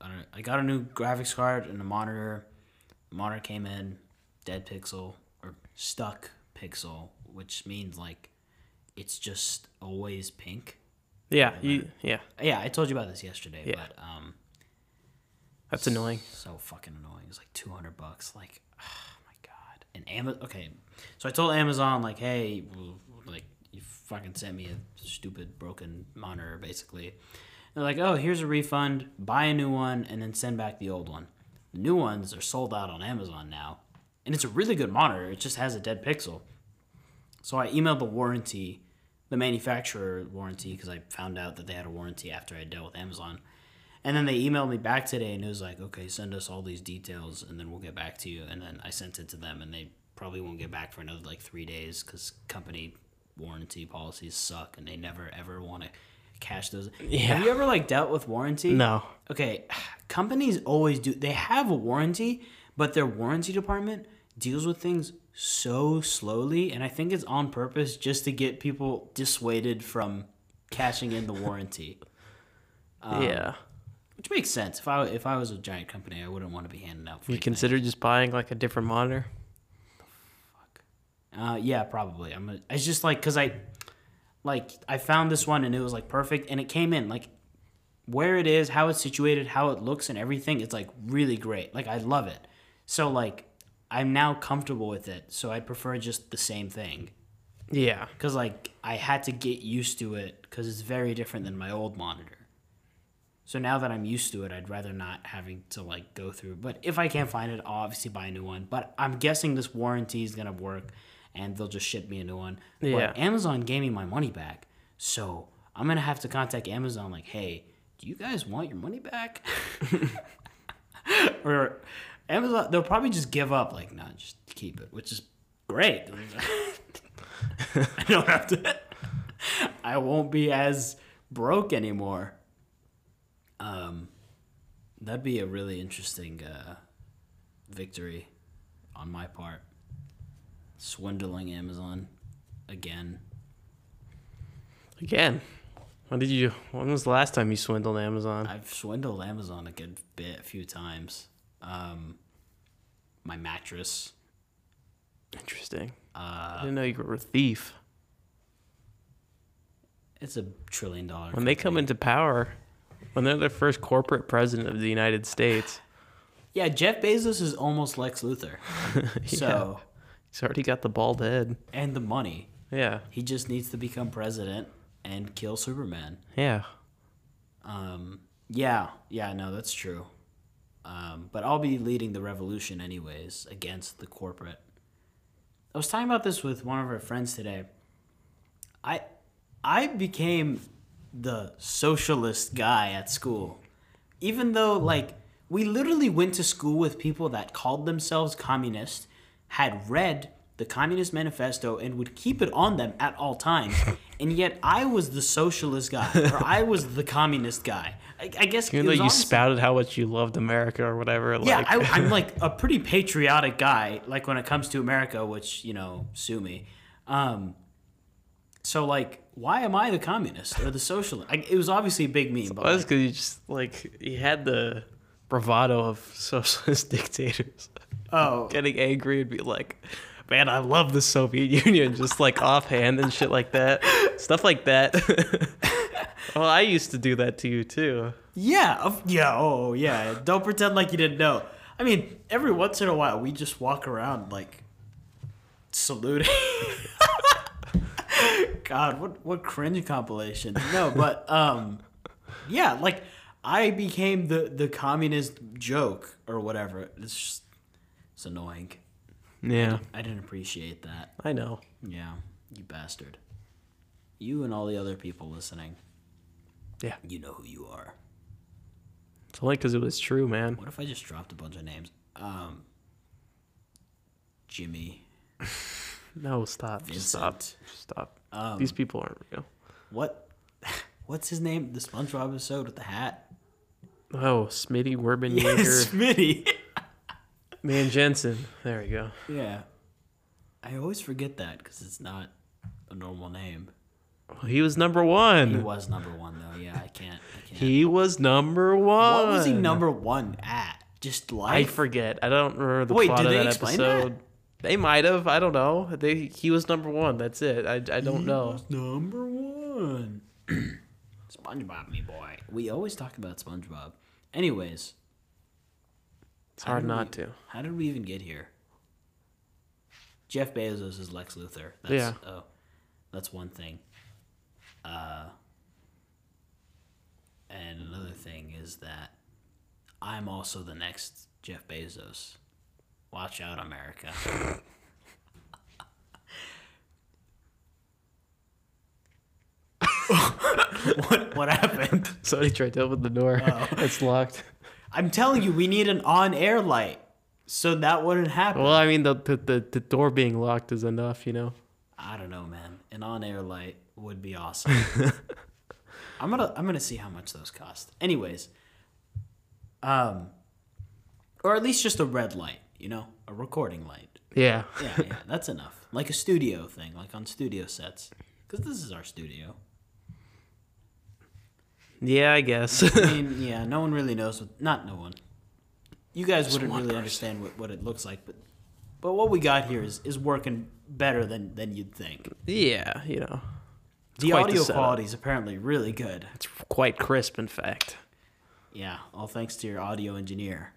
A: I don't know, I got a new graphics card and a monitor. The monitor came in dead pixel or stuck pixel, which means like it's just always pink.
B: Yeah. You, yeah.
A: Yeah, I told you about this yesterday,
B: Yeah.
A: but um
B: That's annoying.
A: so fucking annoying. It's like two hundred bucks. Like, oh my god. And Amazon. Okay, so I told Amazon like, hey, w- like you fucking sent me a stupid broken monitor, basically. And they're like, oh, here's a refund. Buy a new one and then send back the old one. The new ones are sold out on Amazon now, and it's a really good monitor. It just has a dead pixel. So I emailed the warranty, the manufacturer warranty, because I found out that they had a warranty after I dealt with Amazon. And then they emailed me back today and it was like, okay, send us all these details and then we'll get back to you. And then I sent it to them and they probably won't get back for another like three days because company warranty policies suck and they never ever want to cash those. Have you ever like dealt with warranty?
B: No.
A: Okay, companies always do. They have a warranty, but their warranty department deals with things so slowly, and I think it's on purpose just to get people dissuaded from cashing in the warranty. Um,
B: yeah.
A: Which makes sense. If I if I was a giant company, I wouldn't want to be handing out.
B: You
A: Free
B: consider just buying like a different monitor?
A: Uh, yeah, probably. I'm. Gonna, it's just like because I, like I found this one and it was like perfect and it came in like, where it is, how it's situated, how it looks and everything. It's like really great. Like I love it. So like, I'm now comfortable with it. So I prefer just the same thing
B: Yeah.
A: because like I had to get used to it because it's very different than my old monitor. So now that I'm used to it, I'd rather not having to like go through. But if I can't find it, I'll obviously buy a new one. But I'm guessing this warranty is gonna work, and they'll just ship me a new one.
B: Yeah.
A: But Amazon gave me my money back, so I'm gonna have to contact Amazon like, hey, do you guys want your money back? or Amazon, they'll probably just give up. Like, nah, just keep it, which is great. I don't have to. I won't be as broke anymore. Um, that'd be a really interesting uh, victory on my part. Swindling Amazon again.
B: Again. When did you? When was the last time you swindled Amazon?
A: I've swindled Amazon a good bit, a few times. Um, my mattress. uh,
B: Interesting. I didn't know you were a thief.
A: It's a trillion dollar.
B: When they come into power, when they're the first corporate president of the United States,
A: Yeah, Jeff Bezos is almost Lex Luthor. So,
B: he's already got the bald head.
A: and the money.
B: Yeah.
A: He just needs to become president and kill Superman.
B: Yeah.
A: Um, yeah, yeah, no, that's true. Um, but I'll be leading the revolution anyways against the corporate. I was talking about this with one of our friends today. I I became the socialist guy at school. Even though like we literally went to school with people that called themselves communist, had read the Communist Manifesto and would keep it on them at all times. and yet I was the socialist guy or I was the communist guy. I, I guess it
B: Even though
A: was
B: you
A: honestly-
B: spouted how much you loved America or whatever,
A: yeah,
B: like
A: I, I'm like a pretty patriotic guy, like when it comes to America, which you know, sue me. Um, so like, why am I the communist or the socialist? I, it was obviously a big meme, but
B: Well, that's
A: like,
B: because you just like you had the bravado of socialist dictators
A: oh,
B: getting angry and be like, "Man, I love the Soviet Union," just like offhand and shit like that, stuff like that. well, I used to do that to you too.
A: yeah, of- yeah, oh yeah. Don't pretend like you didn't know. I mean, every once in a while, we just walk around like saluting. God, what what cringe compilation? No, but um. yeah, like I became the the communist joke or whatever. It's just it's annoying.
B: Yeah,
A: I didn't appreciate that.
B: I know.
A: Yeah, you bastard. You and all the other people listening.
B: Yeah.
A: You know who you are.
B: It's only because it was true, man.
A: What if I just dropped a bunch of names? Um Jimmy,
B: No, stop, Just stop,
A: Vincent. Um,
B: stop. These people aren't real.
A: What what's his name? The SpongeBob episode with the hat.
B: Oh, Smitty Werben
A: Yeah,
B: Yeager,
A: Smitty.
B: Man Jensen. There we go.
A: yeah, I always forget that because it's not a normal name.
B: Well, he was number
A: He
B: one.
A: was number one though. Yeah, I can't. I can't.
B: He was number one.
A: what was he number one at? Just
B: I
A: life.
B: forget. I don't remember the
A: Wait,
B: plot
A: did
B: of
A: they
B: that
A: explain that?
B: episode. They might have. I don't know. They he was number one. That's it. I, I don't know.
A: Number one. SpongeBob, me boy. We always talk about SpongeBob. Anyways,
B: It's hard
A: How do
B: not
A: we-
B: to.
A: How did we even get here? Jeff Bezos is Lex Luthor. That's,
B: Yeah.
A: Oh, that's one thing. Uh, and another thing is that I'm also the next Jeff Bezos. Watch out, America. what, what happened?
B: Somebody tried to open the door. it's locked.
A: I'm telling you, we need an on-air light, so that wouldn't happen.
B: Well, I mean, the, the the the door being locked is enough, you know.
A: I don't know, man. An on-air light would be awesome. I'm gonna I'm gonna see how much those cost. Anyways, um, or at least just a red light, you know, a recording light.
B: Yeah.
A: Yeah, yeah, that's enough. Like a studio thing, like on studio sets, because this is our studio.
B: Yeah, I guess.
A: I mean, yeah, no one really knows. What, not no one. You guys wouldn't really understand what, what it looks like, but but what we got here is is working better than than you'd think.
B: yeah, you know.
A: The
B: quite the
A: audio
B: setup.
A: quality is apparently really good.
B: It's quite crisp, in fact.
A: Yeah, all thanks to your audio engineer,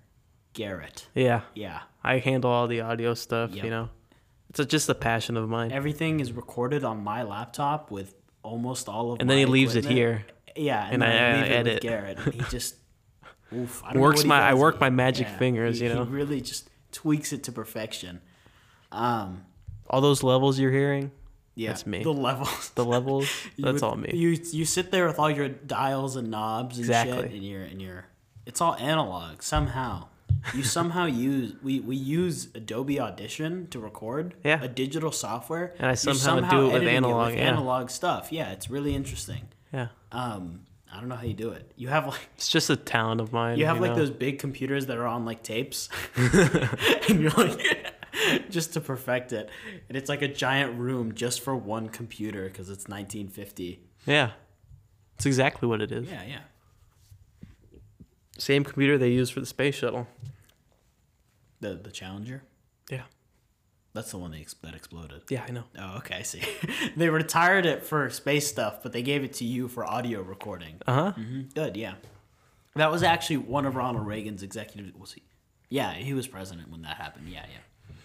A: Garrett.
B: Yeah.
A: Yeah,
B: I handle all the audio stuff,
A: Yep.
B: you know. It's a, just a passion of mine.
A: everything is recorded on my laptop with almost all of.
B: And then he
A: my
B: leaves it
A: equipment.
B: here.
A: Yeah, and,
B: And
A: then
B: I,
A: I,
B: uh,
A: leave it with
B: edit.
A: Garrett. and He just oof. I don't know
B: Works
A: what he
B: my- I
A: does.
B: work my magic fingers,
A: he-
B: you know?
A: he really just tweaks it to perfection. Um,
B: All those levels you're hearing,
A: yeah,
B: That's me.
A: The levels.
B: the levels,
A: You
B: that's
A: would-
B: all me.
A: You you sit there with all your dials and knobs and shit,
B: Exactly.
A: and your and your it's all analog somehow. You somehow use we, we use Adobe Audition to record
B: Yeah.
A: a digital software,
B: And I
A: You're
B: somehow do it with
A: editing
B: analog, yeah.
A: analog stuff. Yeah, it's really interesting.
B: yeah.
A: Um, I don't know how you do it. You have like
B: It's just a talent of mine.
A: you have like
B: know?
A: those big computers that are on like tapes, and you're like, just to perfect it, and it's like a giant room just for one computer because it's 1950.
B: Yeah. It's exactly what it is.
A: Yeah, yeah.
B: Same computer they use for the space shuttle.
A: The the Challenger.
B: Yeah.
A: That's the one that, ex- that exploded.
B: Yeah, I know.
A: Oh, okay, I see. they retired it for space stuff, but they gave it to you for audio recording.
B: Uh huh.
A: hmm Good, yeah. That was actually one of Ronald Reagan's executive. Was he? Yeah, he was president when that happened. Yeah, yeah,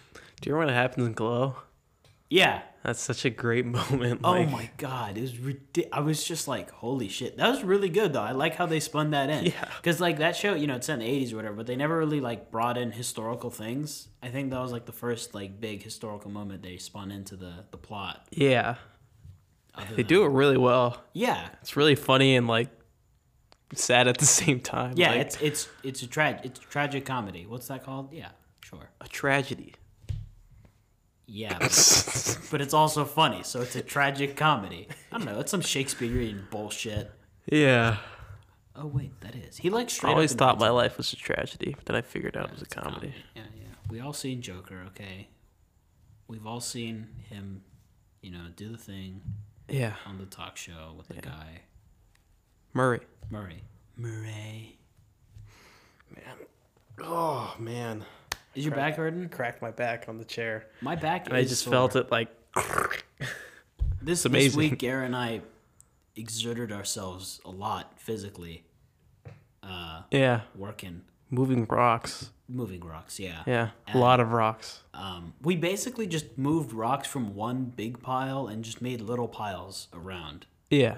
B: Do you remember what happens in Glow?
A: yeah.
B: That's such a great moment.
A: Oh
B: like-
A: my god, it was ridiculous. I was just like, holy shit, that was really good though. I like how they spun that in.
B: Yeah.
A: Because like that show, you know, it's set in the '80s or whatever, but they never really like brought in historical things. I think that was like the first like big historical moment they spun into the the plot.
B: Yeah.
A: other
B: They
A: than-
B: do it really well.
A: Yeah,
B: It's really funny and like sad at the same time.
A: yeah.
B: like,
A: it's it's it's a trag it's a tragic comedy. What's that called? Yeah, sure.
B: a tragedy.
A: Yeah, but, but it's also funny, so it's a tragic comedy. I don't know. It's some Shakespearean bullshit.
B: yeah.
A: Oh wait, that is. He like
B: I
A: straight
B: always
A: up
B: thought
A: admits
B: my life was a tragedy, but then I figured out it was a comedy.
A: Yeah, yeah. We all seen Joker, okay? We've all seen him, you know, do the thing
B: Yeah.
A: on the talk show with the guy
B: Murray.
A: Murray. Murray.
B: Oh man.
A: Is your back hurting?
B: Cracked my back on the chair.
A: My back.
B: And
A: is
B: I just
A: sore.
B: felt it like
A: This, this
B: amazing.
A: week, Garrett and I exerted ourselves a lot physically,
B: Yeah.
A: working,
B: Moving rocks.
A: moving rocks. Yeah.
B: Yeah. A lot of rocks.
A: Um, we basically just moved rocks from one big pile and just made little piles around.
B: Yeah.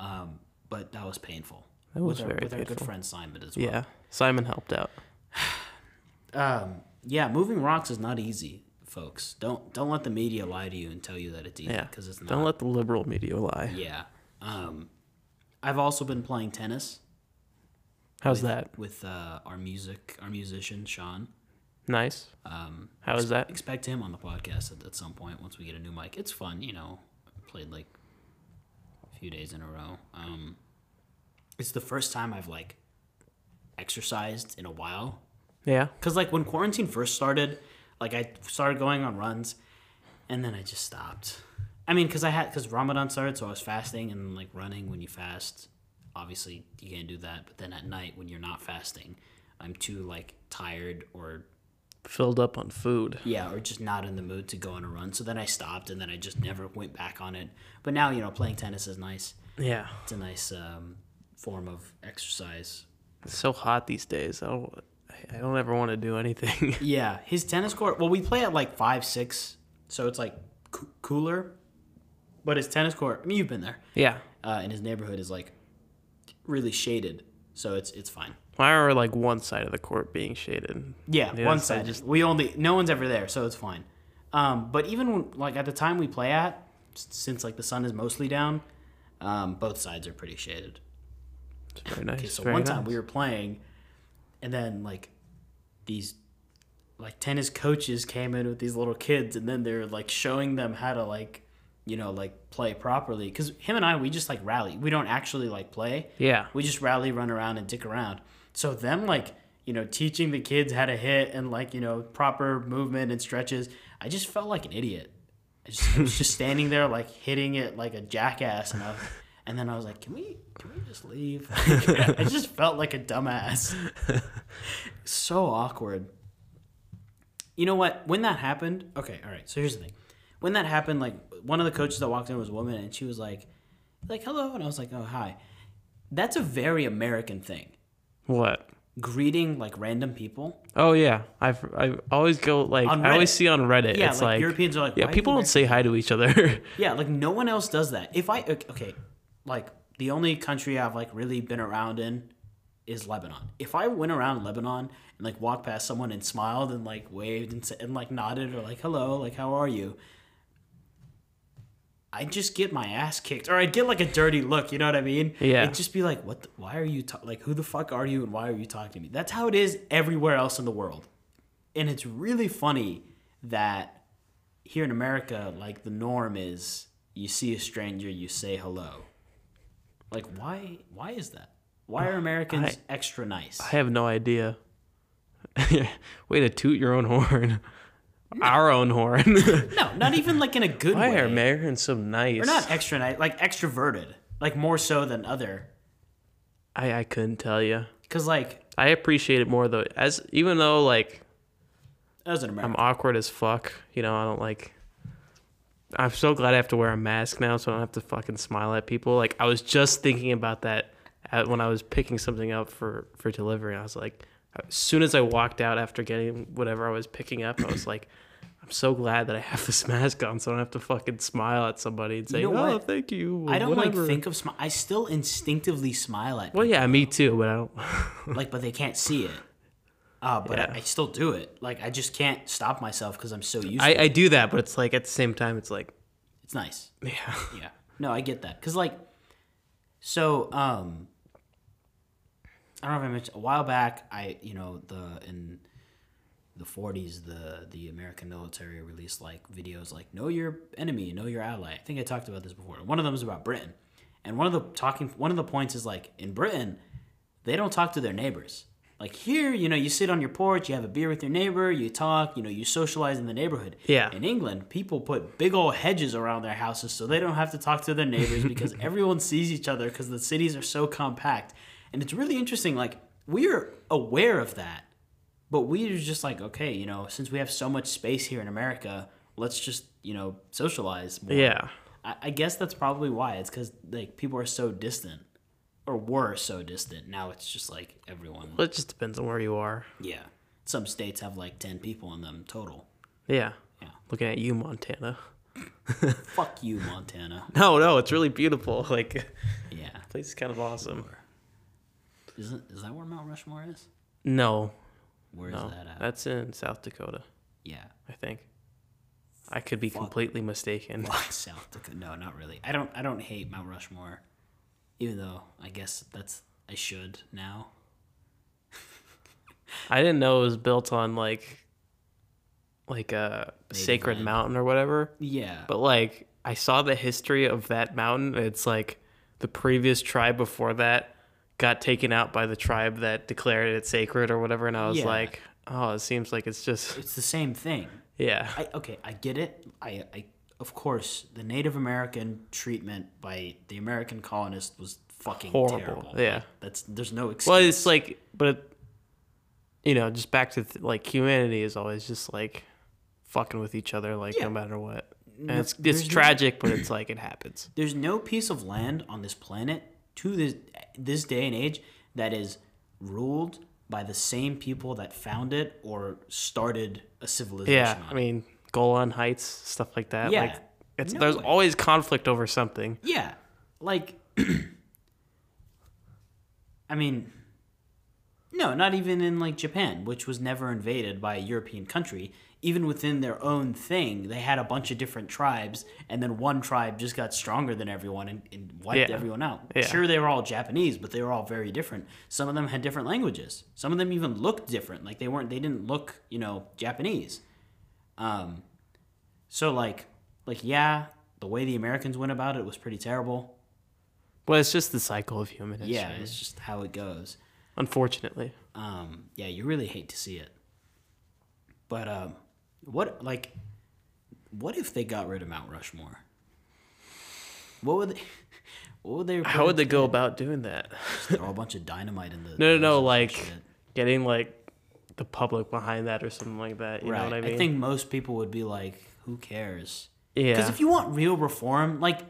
A: Um, but that was painful.
B: That was
A: with our,
B: very
A: with our good
B: painful.
A: friend Simon as well.
B: Yeah. Simon helped out.
A: Um, yeah, moving rocks is not easy, folks. Don't don't let the media lie to you and tell you that it's easy
B: Yeah.
A: because it's not.
B: Don't let the liberal media lie.
A: yeah. Um, I've also been playing tennis
B: How's that?
A: with uh, our music our musician Sean.
B: Nice.
A: Um,
B: How is that?
A: expect him on the podcast at, at some point once we get a new mic. It's fun, you know. Played like a few days in a row. Um, it's the first time I've like exercised in a while.
B: Yeah.
A: Cause like when quarantine first started, like I started going on runs, and then I just stopped. I mean, cause I had cause Ramadan started, so I was fasting and like running when you fast. Obviously, you can't do that. But then at night when you're not fasting, I'm too like tired or
B: Filled up on food.
A: yeah, or just not in the mood to go on a run. So then I stopped, and then I just never went back on it. But now you know, playing tennis is nice.
B: Yeah.
A: It's a nice um, form of exercise.
B: It's so hot these days. I don't, I don't ever want to do anything.
A: Yeah, his tennis court. Well, we play at like five, six, so it's like coo- cooler. But his tennis court. I mean, you've been there,
B: yeah.
A: uh, and his neighborhood is like really shaded, so it's it's fine.
B: I remember like one side of the court being shaded.
A: Yeah,
B: Yeah,
A: one
B: so
A: side.
B: just-
A: we only no one's ever there, so it's fine. Um, but even when, like at the time we play at, s- since like the sun is mostly down, um, both sides are pretty shaded.
B: It's very nice.
A: Okay, so
B: very
A: one time
B: nice.
A: we were playing, and then like these like tennis coaches came in with these little kids, and then they're like showing them how to like you know like play properly. Because him and I, we just like rally. We don't actually like play.
B: Yeah.
A: We just rally, run around, and dick around. So them like you know teaching the kids how to hit and like you know proper movement and stretches. I just felt like an idiot. I, just, I was just standing there like hitting it like a jackass, and I was, and then I was like, can we can we just leave? I just felt like a dumbass. so awkward. You know what? When that happened, okay, all right. So here's the thing. When that happened, like one of the coaches that walked in was a woman, and she was like, like hello, and I was like, oh hi. That's a very American thing.
B: What?
A: Greeting like random people.
B: Oh yeah. I I always go like
A: On
B: I always
A: Reddit.
B: see on Reddit.
A: Yeah,
B: it's
A: like,
B: like,
A: Europeans are like
B: yeah,
A: "Why
B: people
A: you
B: don't say hi to each other.
A: Yeah, like no one else does that. If I ok- okay, like the only country I've like really been around in is Lebanon. If I went around Lebanon and like walked past someone and smiled and like waved and, sa- and like nodded or like hello, like how are you? I'd just get my ass kicked or I'd get like a dirty look, you know what I mean?
B: Yeah.
A: It'd just be like, what, the, why are you, ta- like, who the fuck are you and why are you talking to me? That's how it is everywhere else in the world. And it's really funny that here in America, like the norm is you see a stranger, you say hello. Like why why is that? Why are Americans extra nice?
B: I have no idea. Way to toot your own horn. Our own horn.
A: no, not even like in a good
B: Why
A: way.
B: are Americans so nice?
A: They're not extra nice, like extroverted, like more so than other.
B: I, I couldn't tell you.
A: Cause like
B: I appreciate it more though. As even though like
A: as an American,
B: I'm awkward as fuck, you know, I don't like. I'm so glad I have to wear a mask now, so I don't have to fucking smile at people. Like I was just thinking about that at, when I was picking something up for for delivery. I was like, uh, as soon as I walked out after getting whatever I was picking up, I was like. I'm so glad that I have this mask on, so I don't have to fucking smile at somebody and say,
A: know
B: "Oh,
A: what?
B: thank you." or
A: I don't
B: whatever."
A: like think of smile. I still instinctively smile at
B: Well, yeah, me too, but I don't.
A: like but they can't see it uh, but
B: Yeah.
A: I, I still do it like i just can't stop myself because i'm so used
B: I,
A: to it
B: I do that, but it's like at the same time, it's like,
A: it's nice
B: yeah,
A: yeah no i get that because like so um i don't know if i mentioned a while back i you know the in the 40s the the american military released like videos like know your enemy know your ally i think i talked about this before one of them is about britain and one of the talking one of the points is like in britain they don't talk to their neighbors like here you know you sit on your porch you have a beer with your neighbor you talk you know you socialize in the neighborhood
B: Yeah.
A: in england people put big old hedges around their houses so they don't have to talk to their neighbors because everyone sees each other because the cities are so compact and it's really interesting like we're aware of that but we are just like, okay, you know, since we have so much space here in America, let's just, you know, socialize more.
B: yeah.
A: I, I guess that's probably why. It's because, like, people are so distant or were so distant. Now it's just like everyone.
B: Well, it just depends on where you are.
A: Yeah. Some states have like 10 people in them total.
B: Yeah.
A: Yeah.
B: Looking at you, Montana.
A: Fuck you, Montana.
B: No, no, it's really beautiful. Like,
A: Yeah.
B: place is kind of awesome.
A: Isn't, is that where Mount Rushmore is?
B: No,
A: Where is
B: no,
A: that at?
B: that's in South Dakota,
A: yeah.
B: I think. I could be completely mistaken.
A: Fuck South Dakota. No, not really. I don't. I don't hate Mount Rushmore, even though I guess that's I should now.
B: I didn't know it was built on like, like a sacred
A: land.
B: mountain or whatever.
A: Yeah.
B: But like, I saw the history of that mountain. and It's like the previous tribe before that got taken out by the tribe that declared it sacred or whatever, and I was
A: Yeah.
B: like, oh, it seems like it's just
A: It's the same thing.
B: yeah,
A: I, okay, I get it. I, I, of course, the Native American treatment by the American colonists was fucking
B: horrible.
A: terrible.
B: Yeah.
A: That's there's no excuse.
B: Well, it's like, but you know, just back to th- like humanity is always just like fucking with each other, like
A: Yeah.
B: no matter what. And
A: No-
B: it's
A: there's
B: it's
A: no-
B: tragic, but it's like it happens.
A: there's no piece of land on this planet to this this day and age that is ruled by the same people that found it or started a civilization.
B: Yeah,
A: on
B: I
A: it.
B: mean, Golan Heights, stuff like that.
A: Yeah.
B: Like, it's
A: No
B: there's
A: way.
B: always conflict over something.
A: yeah. Like, I mean, no, not even in like Japan, which was never invaded by a European country. Even within their own thing, they had a bunch of different tribes, and then one tribe just got stronger than everyone and, and wiped
B: Yeah.
A: everyone out.
B: Yeah.
A: Sure, they were all Japanese, but they were all very different. Some of them had different languages. Some of them even looked different. Like they weren't, they didn't look, you know, Japanese. Um, so like, like yeah, the way the Americans went about it was pretty terrible.
B: Well, it's just the cycle of human history.
A: yeah, it's just how it goes.
B: Unfortunately.
A: um, yeah, you really hate to see it. But um, what like, what if they got rid of Mount Rushmore? What would they? What would they?
B: How would they go about doing that?
A: throw a bunch of dynamite in the?
B: No, no,
A: or
B: no.
A: some
B: Like
A: shit.
B: getting like the public behind that or something like that. You
A: right.
B: know what I mean?
A: think most people would be like, "Who cares?" Because
B: yeah.
A: if you want real reform, like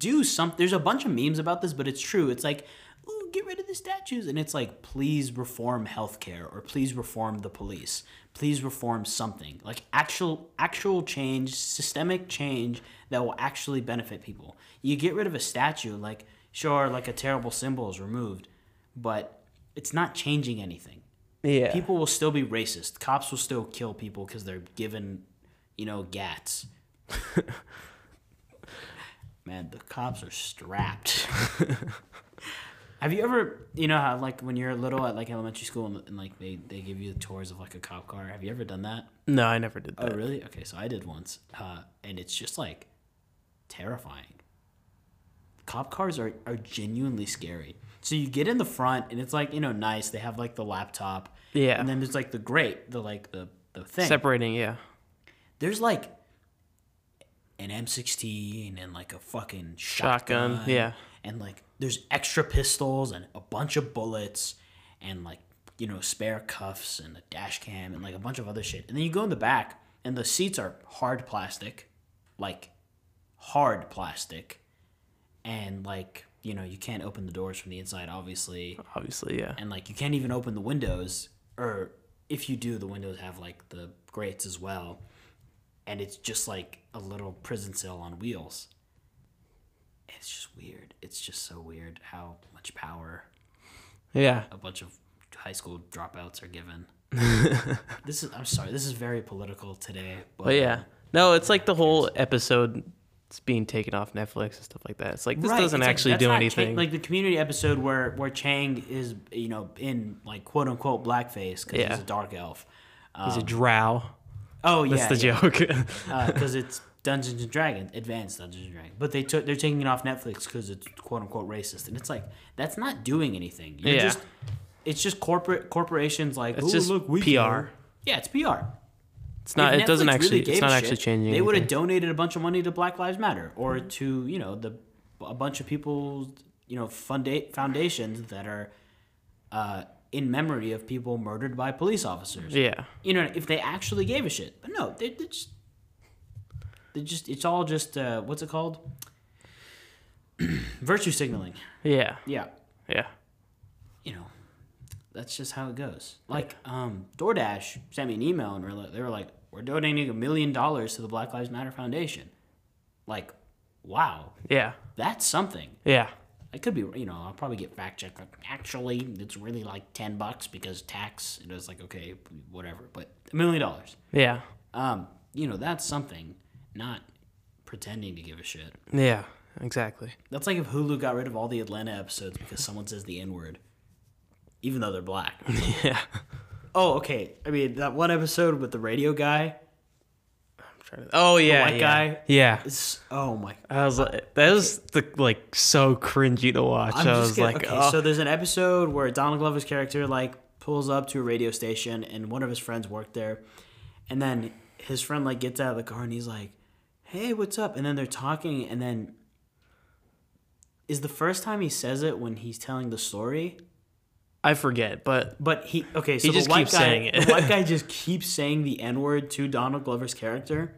A: do some. There's a bunch of memes about this, but it's true. It's like, ooh, get rid of the statues, and it's like, please reform healthcare, or please reform the police, please reform something like actual actual change, systemic change that will actually benefit people. You get rid of a statue, like sure, like a terrible symbol is removed, but it's not changing anything
B: yeah.
A: people will still be racist. Cops will still kill people because they're given, you know, gats. Man, the cops are strapped. Have you ever, you know, how like when you're little at like elementary school and, and like they, they give you the tours of like a cop car? Have you ever done that?
B: no, I never did
A: Oh,
B: that.
A: really? Okay, so I did once, uh, and it's just like terrifying. Cop cars are, are genuinely scary. So you get in the front, and it's like you know nice. They have like the laptop,
B: Yeah.
A: and then there's like the grate, the like the the thing.
B: Separating, yeah.
A: there's like an M16 and like a fucking shotgun,
B: Shotgun, yeah.
A: and like there's extra pistols and a bunch of bullets and like you know spare cuffs and a dash cam and like a bunch of other shit. And then you go in the back, and the seats are hard plastic, like hard plastic, and like you know you can't open the doors from the inside, obviously
B: Obviously, yeah.
A: and like you can't even open the windows or if you do the windows have like the grates as well and it's just like a little prison cell on wheels it's just weird it's just so weird how much power
B: Yeah.
A: a bunch of high school dropouts are given this is i'm sorry this is very political today but,
B: But yeah. No, it's like the whole episode it's being taken off Netflix and stuff like that. It's like this
A: Right,
B: doesn't
A: it's like,
B: actually
A: that's
B: do
A: not Chang-
B: anything.
A: like the community episode where where Chang is, you know, in like quote unquote blackface because
B: Yeah.
A: he's a dark elf.
B: He's a drow.
A: Oh yeah,
B: That's
A: uh, yeah.
B: the joke.
A: because Uh, it's Dungeons and Dragons, Advanced Dungeons and Dragons. But they took they're taking it off Netflix because it's quote unquote racist, and it's like that's not doing anything. You're
B: Yeah.
A: just it's just corporate corporations like
B: It's
A: "Ooh,
B: just
A: look, we
B: PR.
A: care." Yeah, it's PR.
B: It's not
A: If
B: it doesn't
A: Netflix
B: actually
A: really gave
B: it's not
A: a
B: actually
A: shit,
B: changing.
A: They would have
B: anything. Mm-hmm.
A: donated a bunch of money to Black Lives Matter or to you know the a bunch of people you know funda- foundations that are uh, in memory of people murdered by police officers
B: Yeah.
A: you know, if they actually gave a shit. But no, they, they just, they just, it's all just, uh, what's it called? Virtue signaling.
B: Yeah.
A: Yeah.
B: Yeah.
A: You know, that's just how it goes. Like, um, DoorDash sent me an email and were like- they were like, we're donating a million dollars to the Black Lives Matter Foundation. Like, wow,
B: Yeah.
A: that's something.
B: Yeah.
A: I could be, you know, I'll probably get fact checked. Like, actually, it's really like 10 bucks because tax. And it's like, okay, whatever. But a million dollars.
B: Yeah.
A: Um, you know, that's something. Not pretending to give a shit.
B: Yeah. Exactly.
A: That's like if Hulu got rid of all the Atlanta episodes because someone says the N word, even though they're black.
B: Yeah.
A: oh, okay. I mean, that one episode with the radio guy.
B: I'm trying to. Oh yeah,
A: white
B: yeah.
A: guy?
B: Yeah,
A: It's, oh my!
B: I was like, that was the like so cringy to watch.
A: I'm
B: I
A: just
B: was
A: kidding.
B: like,
A: okay,
B: oh,
A: so there's an episode where Donald Glover's character like pulls up to a radio station, and one of his friends worked there, and then his friend like gets out of the car and he's like, "Hey, what's up?" And then they're talking, and then is the first time he says it when he's telling the story.
B: I forget, but
A: But he okay, so
B: just
A: the white
B: keeps
A: guy,
B: saying it.
A: the white guy just keeps saying the N word to Donald Glover's character,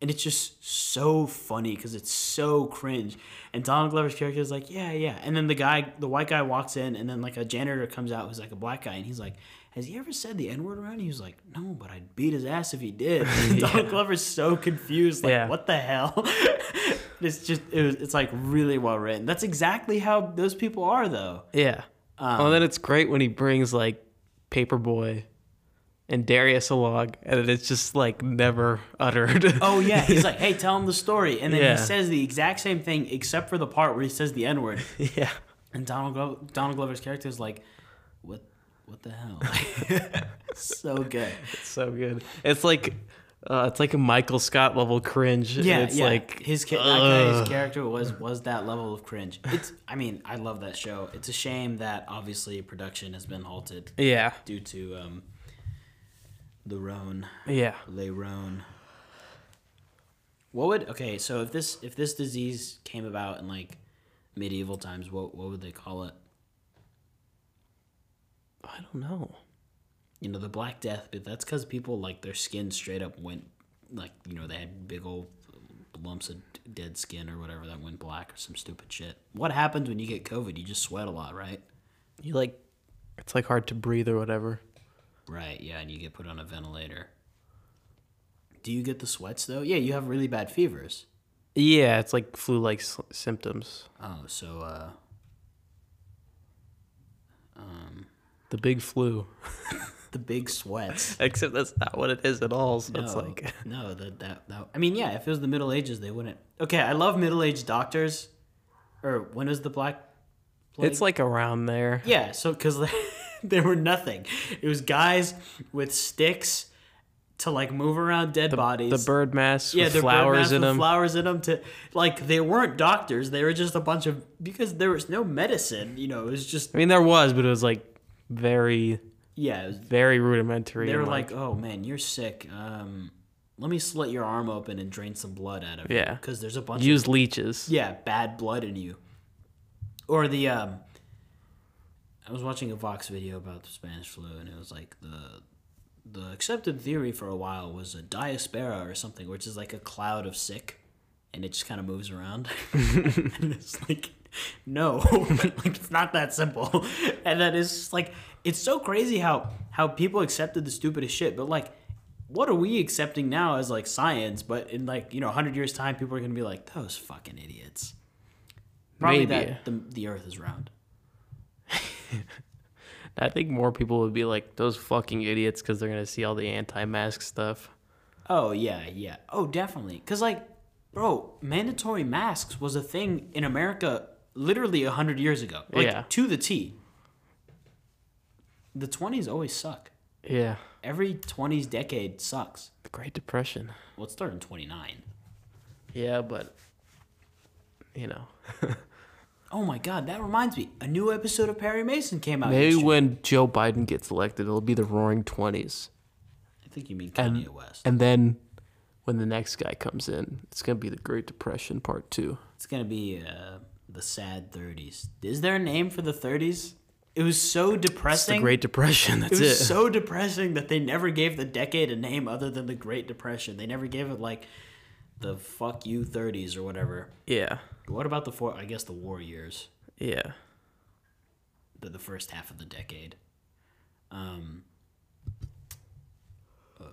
A: and it's just so funny because it's so cringe. And Donald Glover's character is like, yeah, yeah. And then the guy, the white guy, walks in, and then like a janitor comes out who's like a black guy, and he's like, has he ever said the N word around? He was like, no, but I'd beat his ass if he did. And Donald Glover's so confused, like,
B: Yeah.
A: what the hell? it's just it was, it's like really well written. That's exactly how those people are, though.
B: yeah. well,
A: Um,
B: then it's great when he brings like Paperboy and Darius along, and it's just like never uttered.
A: Oh yeah, he's like, "Hey, tell him the story," and then
B: Yeah.
A: he says the exact same thing, except for the part where he says the N word.
B: yeah.
A: And Donald Glo- Donald Glover's character is like, "What? What the hell?" so good.
B: so good. It's like uh, it's like a Michael Scott level cringe.
A: Yeah,
B: it's
A: yeah.
B: like
A: his ca- that guy's character was was that level of cringe. It's. I mean, I love that show. It's a shame that obviously production has been halted
B: yeah,
A: due to um, the Rhone.
B: yeah.
A: Lerone. What would okay? So if this if this disease came about in like medieval times, what what would they call it?
B: I don't know.
A: You know, the Black Death, but that's because people like their skin straight up went like you know they had big old lumps of d- dead skin or whatever that went black or some stupid shit. What happens when you get COVID? You just sweat a lot, right?
B: You like it's like hard to breathe or whatever.
A: Right. Yeah, and you get put on a ventilator. Do you get the sweats though? Yeah, you have really bad fevers.
B: Yeah, it's like flu like s- symptoms.
A: Oh, so uh, um.
B: The big flu.
A: the big sweats.
B: Except that's not what it is at all. So it's
A: No,
B: like
A: no, that, that that I mean, yeah, if it was the Middle Ages, they wouldn't. Okay, I love Middle Age doctors. Or when was the Black? Plague?
B: it's like around there.
A: yeah, so because there were nothing. It was guys with sticks to like move around dead bodies.
B: The bird mask
A: yeah,
B: with
A: their
B: flowers in them.
A: Flowers in them to like they weren't doctors. They were just a bunch of because there was no medicine. You know, it was just
B: I mean, there was, but it was like very,
A: yeah. It was
B: very rudimentary.
A: They
B: and,
A: were like, "Oh man, you're sick. Um, let me slit your arm open and drain some blood out of you."
B: Yeah.
A: because there's a bunch of
B: use leeches.
A: yeah bad blood in you. Or the um, I was watching a Vox video about the Spanish flu, and it was like the the accepted theory for a while was a diaspora or something, which is like a cloud of sick, and it just kind of moves around. and it's like, no, like it's not that simple. And that is just, like, it's so crazy how how people accepted the stupidest shit, but like. What are we accepting now as like science? But in like you know, hundred years time, people are gonna be like those fucking idiots. Probably
B: Maybe.
A: that the, the Earth is round.
B: I think more people would be like those fucking idiots because they're gonna see all the anti-mask stuff.
A: Oh yeah, yeah. Oh, definitely. Cause like, bro, mandatory masks was a thing in America literally a hundred years ago. Like,
B: Yeah.
A: To the T. The twenties always suck.
B: Yeah,
A: Every twenties decade sucks.
B: the Great Depression.
A: Well, it started in twenty nine.
B: Yeah, but you know,
A: Oh my god, that reminds me. A new episode of Perry Mason came out.
B: maybe
A: yesterday.
B: when Joe Biden gets elected, it'll be the Roaring Twenties,
A: I think you mean Kanye West.
B: and then when the next guy comes in, it's gonna be the Great Depression Part Two.
A: It's gonna be uh, the sad thirties. Is there a name for the thirties? It was so
B: It's the
A: depressing.
B: Great Depression.
A: It
B: That's it.
A: was so depressing that they never gave the decade a name other than the Great Depression. They never gave it like the fuck you 30s or whatever.
B: yeah,
A: What about the four, I guess the war years,
B: yeah.
A: the, the first half of the decade? Um, uh,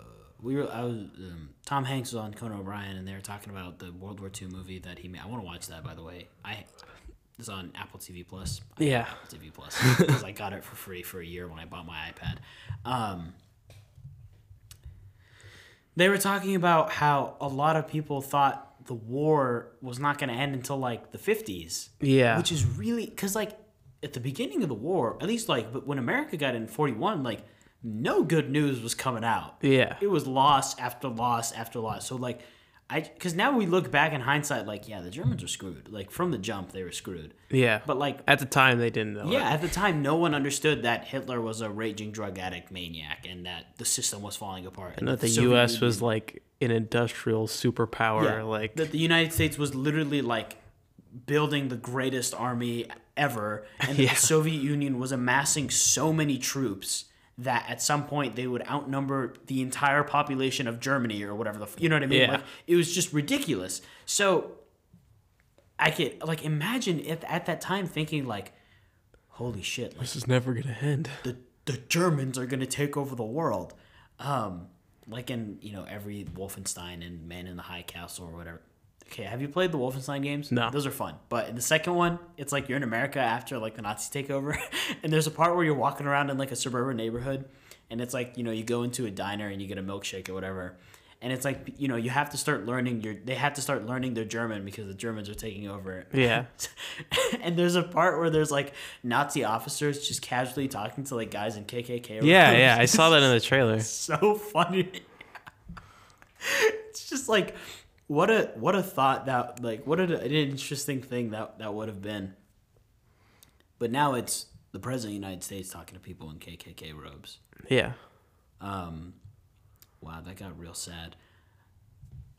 A: we were, I was, um, Tom Hanks was on Conan O'Brien and they were talking about the World War II movie that he made. I want to watch that, by the way. I, it's on Apple TV Plus. I have
B: Yeah.
A: Apple TV Plus because I got it for free for a year when I bought my iPad. Um, they were talking about how a lot of people thought the war was not going to end until like the 50s.
B: Yeah.
A: Which is really because, like, at the beginning of the war, at least, like, but when America got in 41, like, no good news was coming out.
B: Yeah.
A: It was loss after loss after loss. So like I cuz now we look back in hindsight like yeah, the Germans are screwed. Like from the jump they were screwed.
B: Yeah.
A: But like
B: at the time they didn't know.
A: yeah,
B: it.
A: at the time no one understood that Hitler was a raging drug addict maniac and that the system was falling apart.
B: And that the
A: Soviet
B: U.S.
A: Union-
B: was like an industrial superpower.
A: Yeah,
B: Like
A: that the United States was literally like building the greatest army ever and that
B: Yeah.
A: the Soviet Union was amassing so many troops that at some point they would outnumber the entire population of Germany or whatever the f- you know what I mean
B: Yeah.
A: like it was just ridiculous so i could like imagine if at that time thinking like holy shit like
B: this is never gonna end.
A: the the Germans are going to take over the world. Um, like in you know every Wolfenstein and Man in the High Castle or whatever. Okay, have you played the Wolfenstein games?
B: No.
A: those are fun. But in the second one, it's like you're in America after like the Nazi takeover, and there's a part where you're walking around in like a suburban neighborhood, and it's like you know you go into a diner and you get a milkshake or whatever. And it's like you know you have to start learning your they have to start learning their German because the Germans are taking over
B: Yeah.
A: and there's a part where there's like Nazi officers just casually talking to like guys in KKK. or
B: Yeah.
A: whatever.
B: Yeah. I saw that in the trailer.
A: It's so funny. it's just like what a what a thought that like what a, an interesting thing that that would have been. But now it's the president of the United States talking to people in KKK robes.
B: Yeah.
A: Um, wow, that got real sad.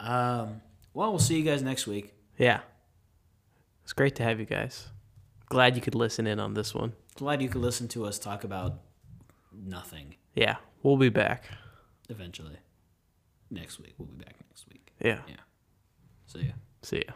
A: Um, well, we'll see you guys next week.
B: Yeah. It's great to have you guys. Glad you could listen in on this one.
A: Glad you could listen to us talk about nothing.
B: Yeah. We'll be back.
A: eventually. Next week. We'll be back next week.
B: Yeah.
A: Yeah. So yeah.
B: See ya.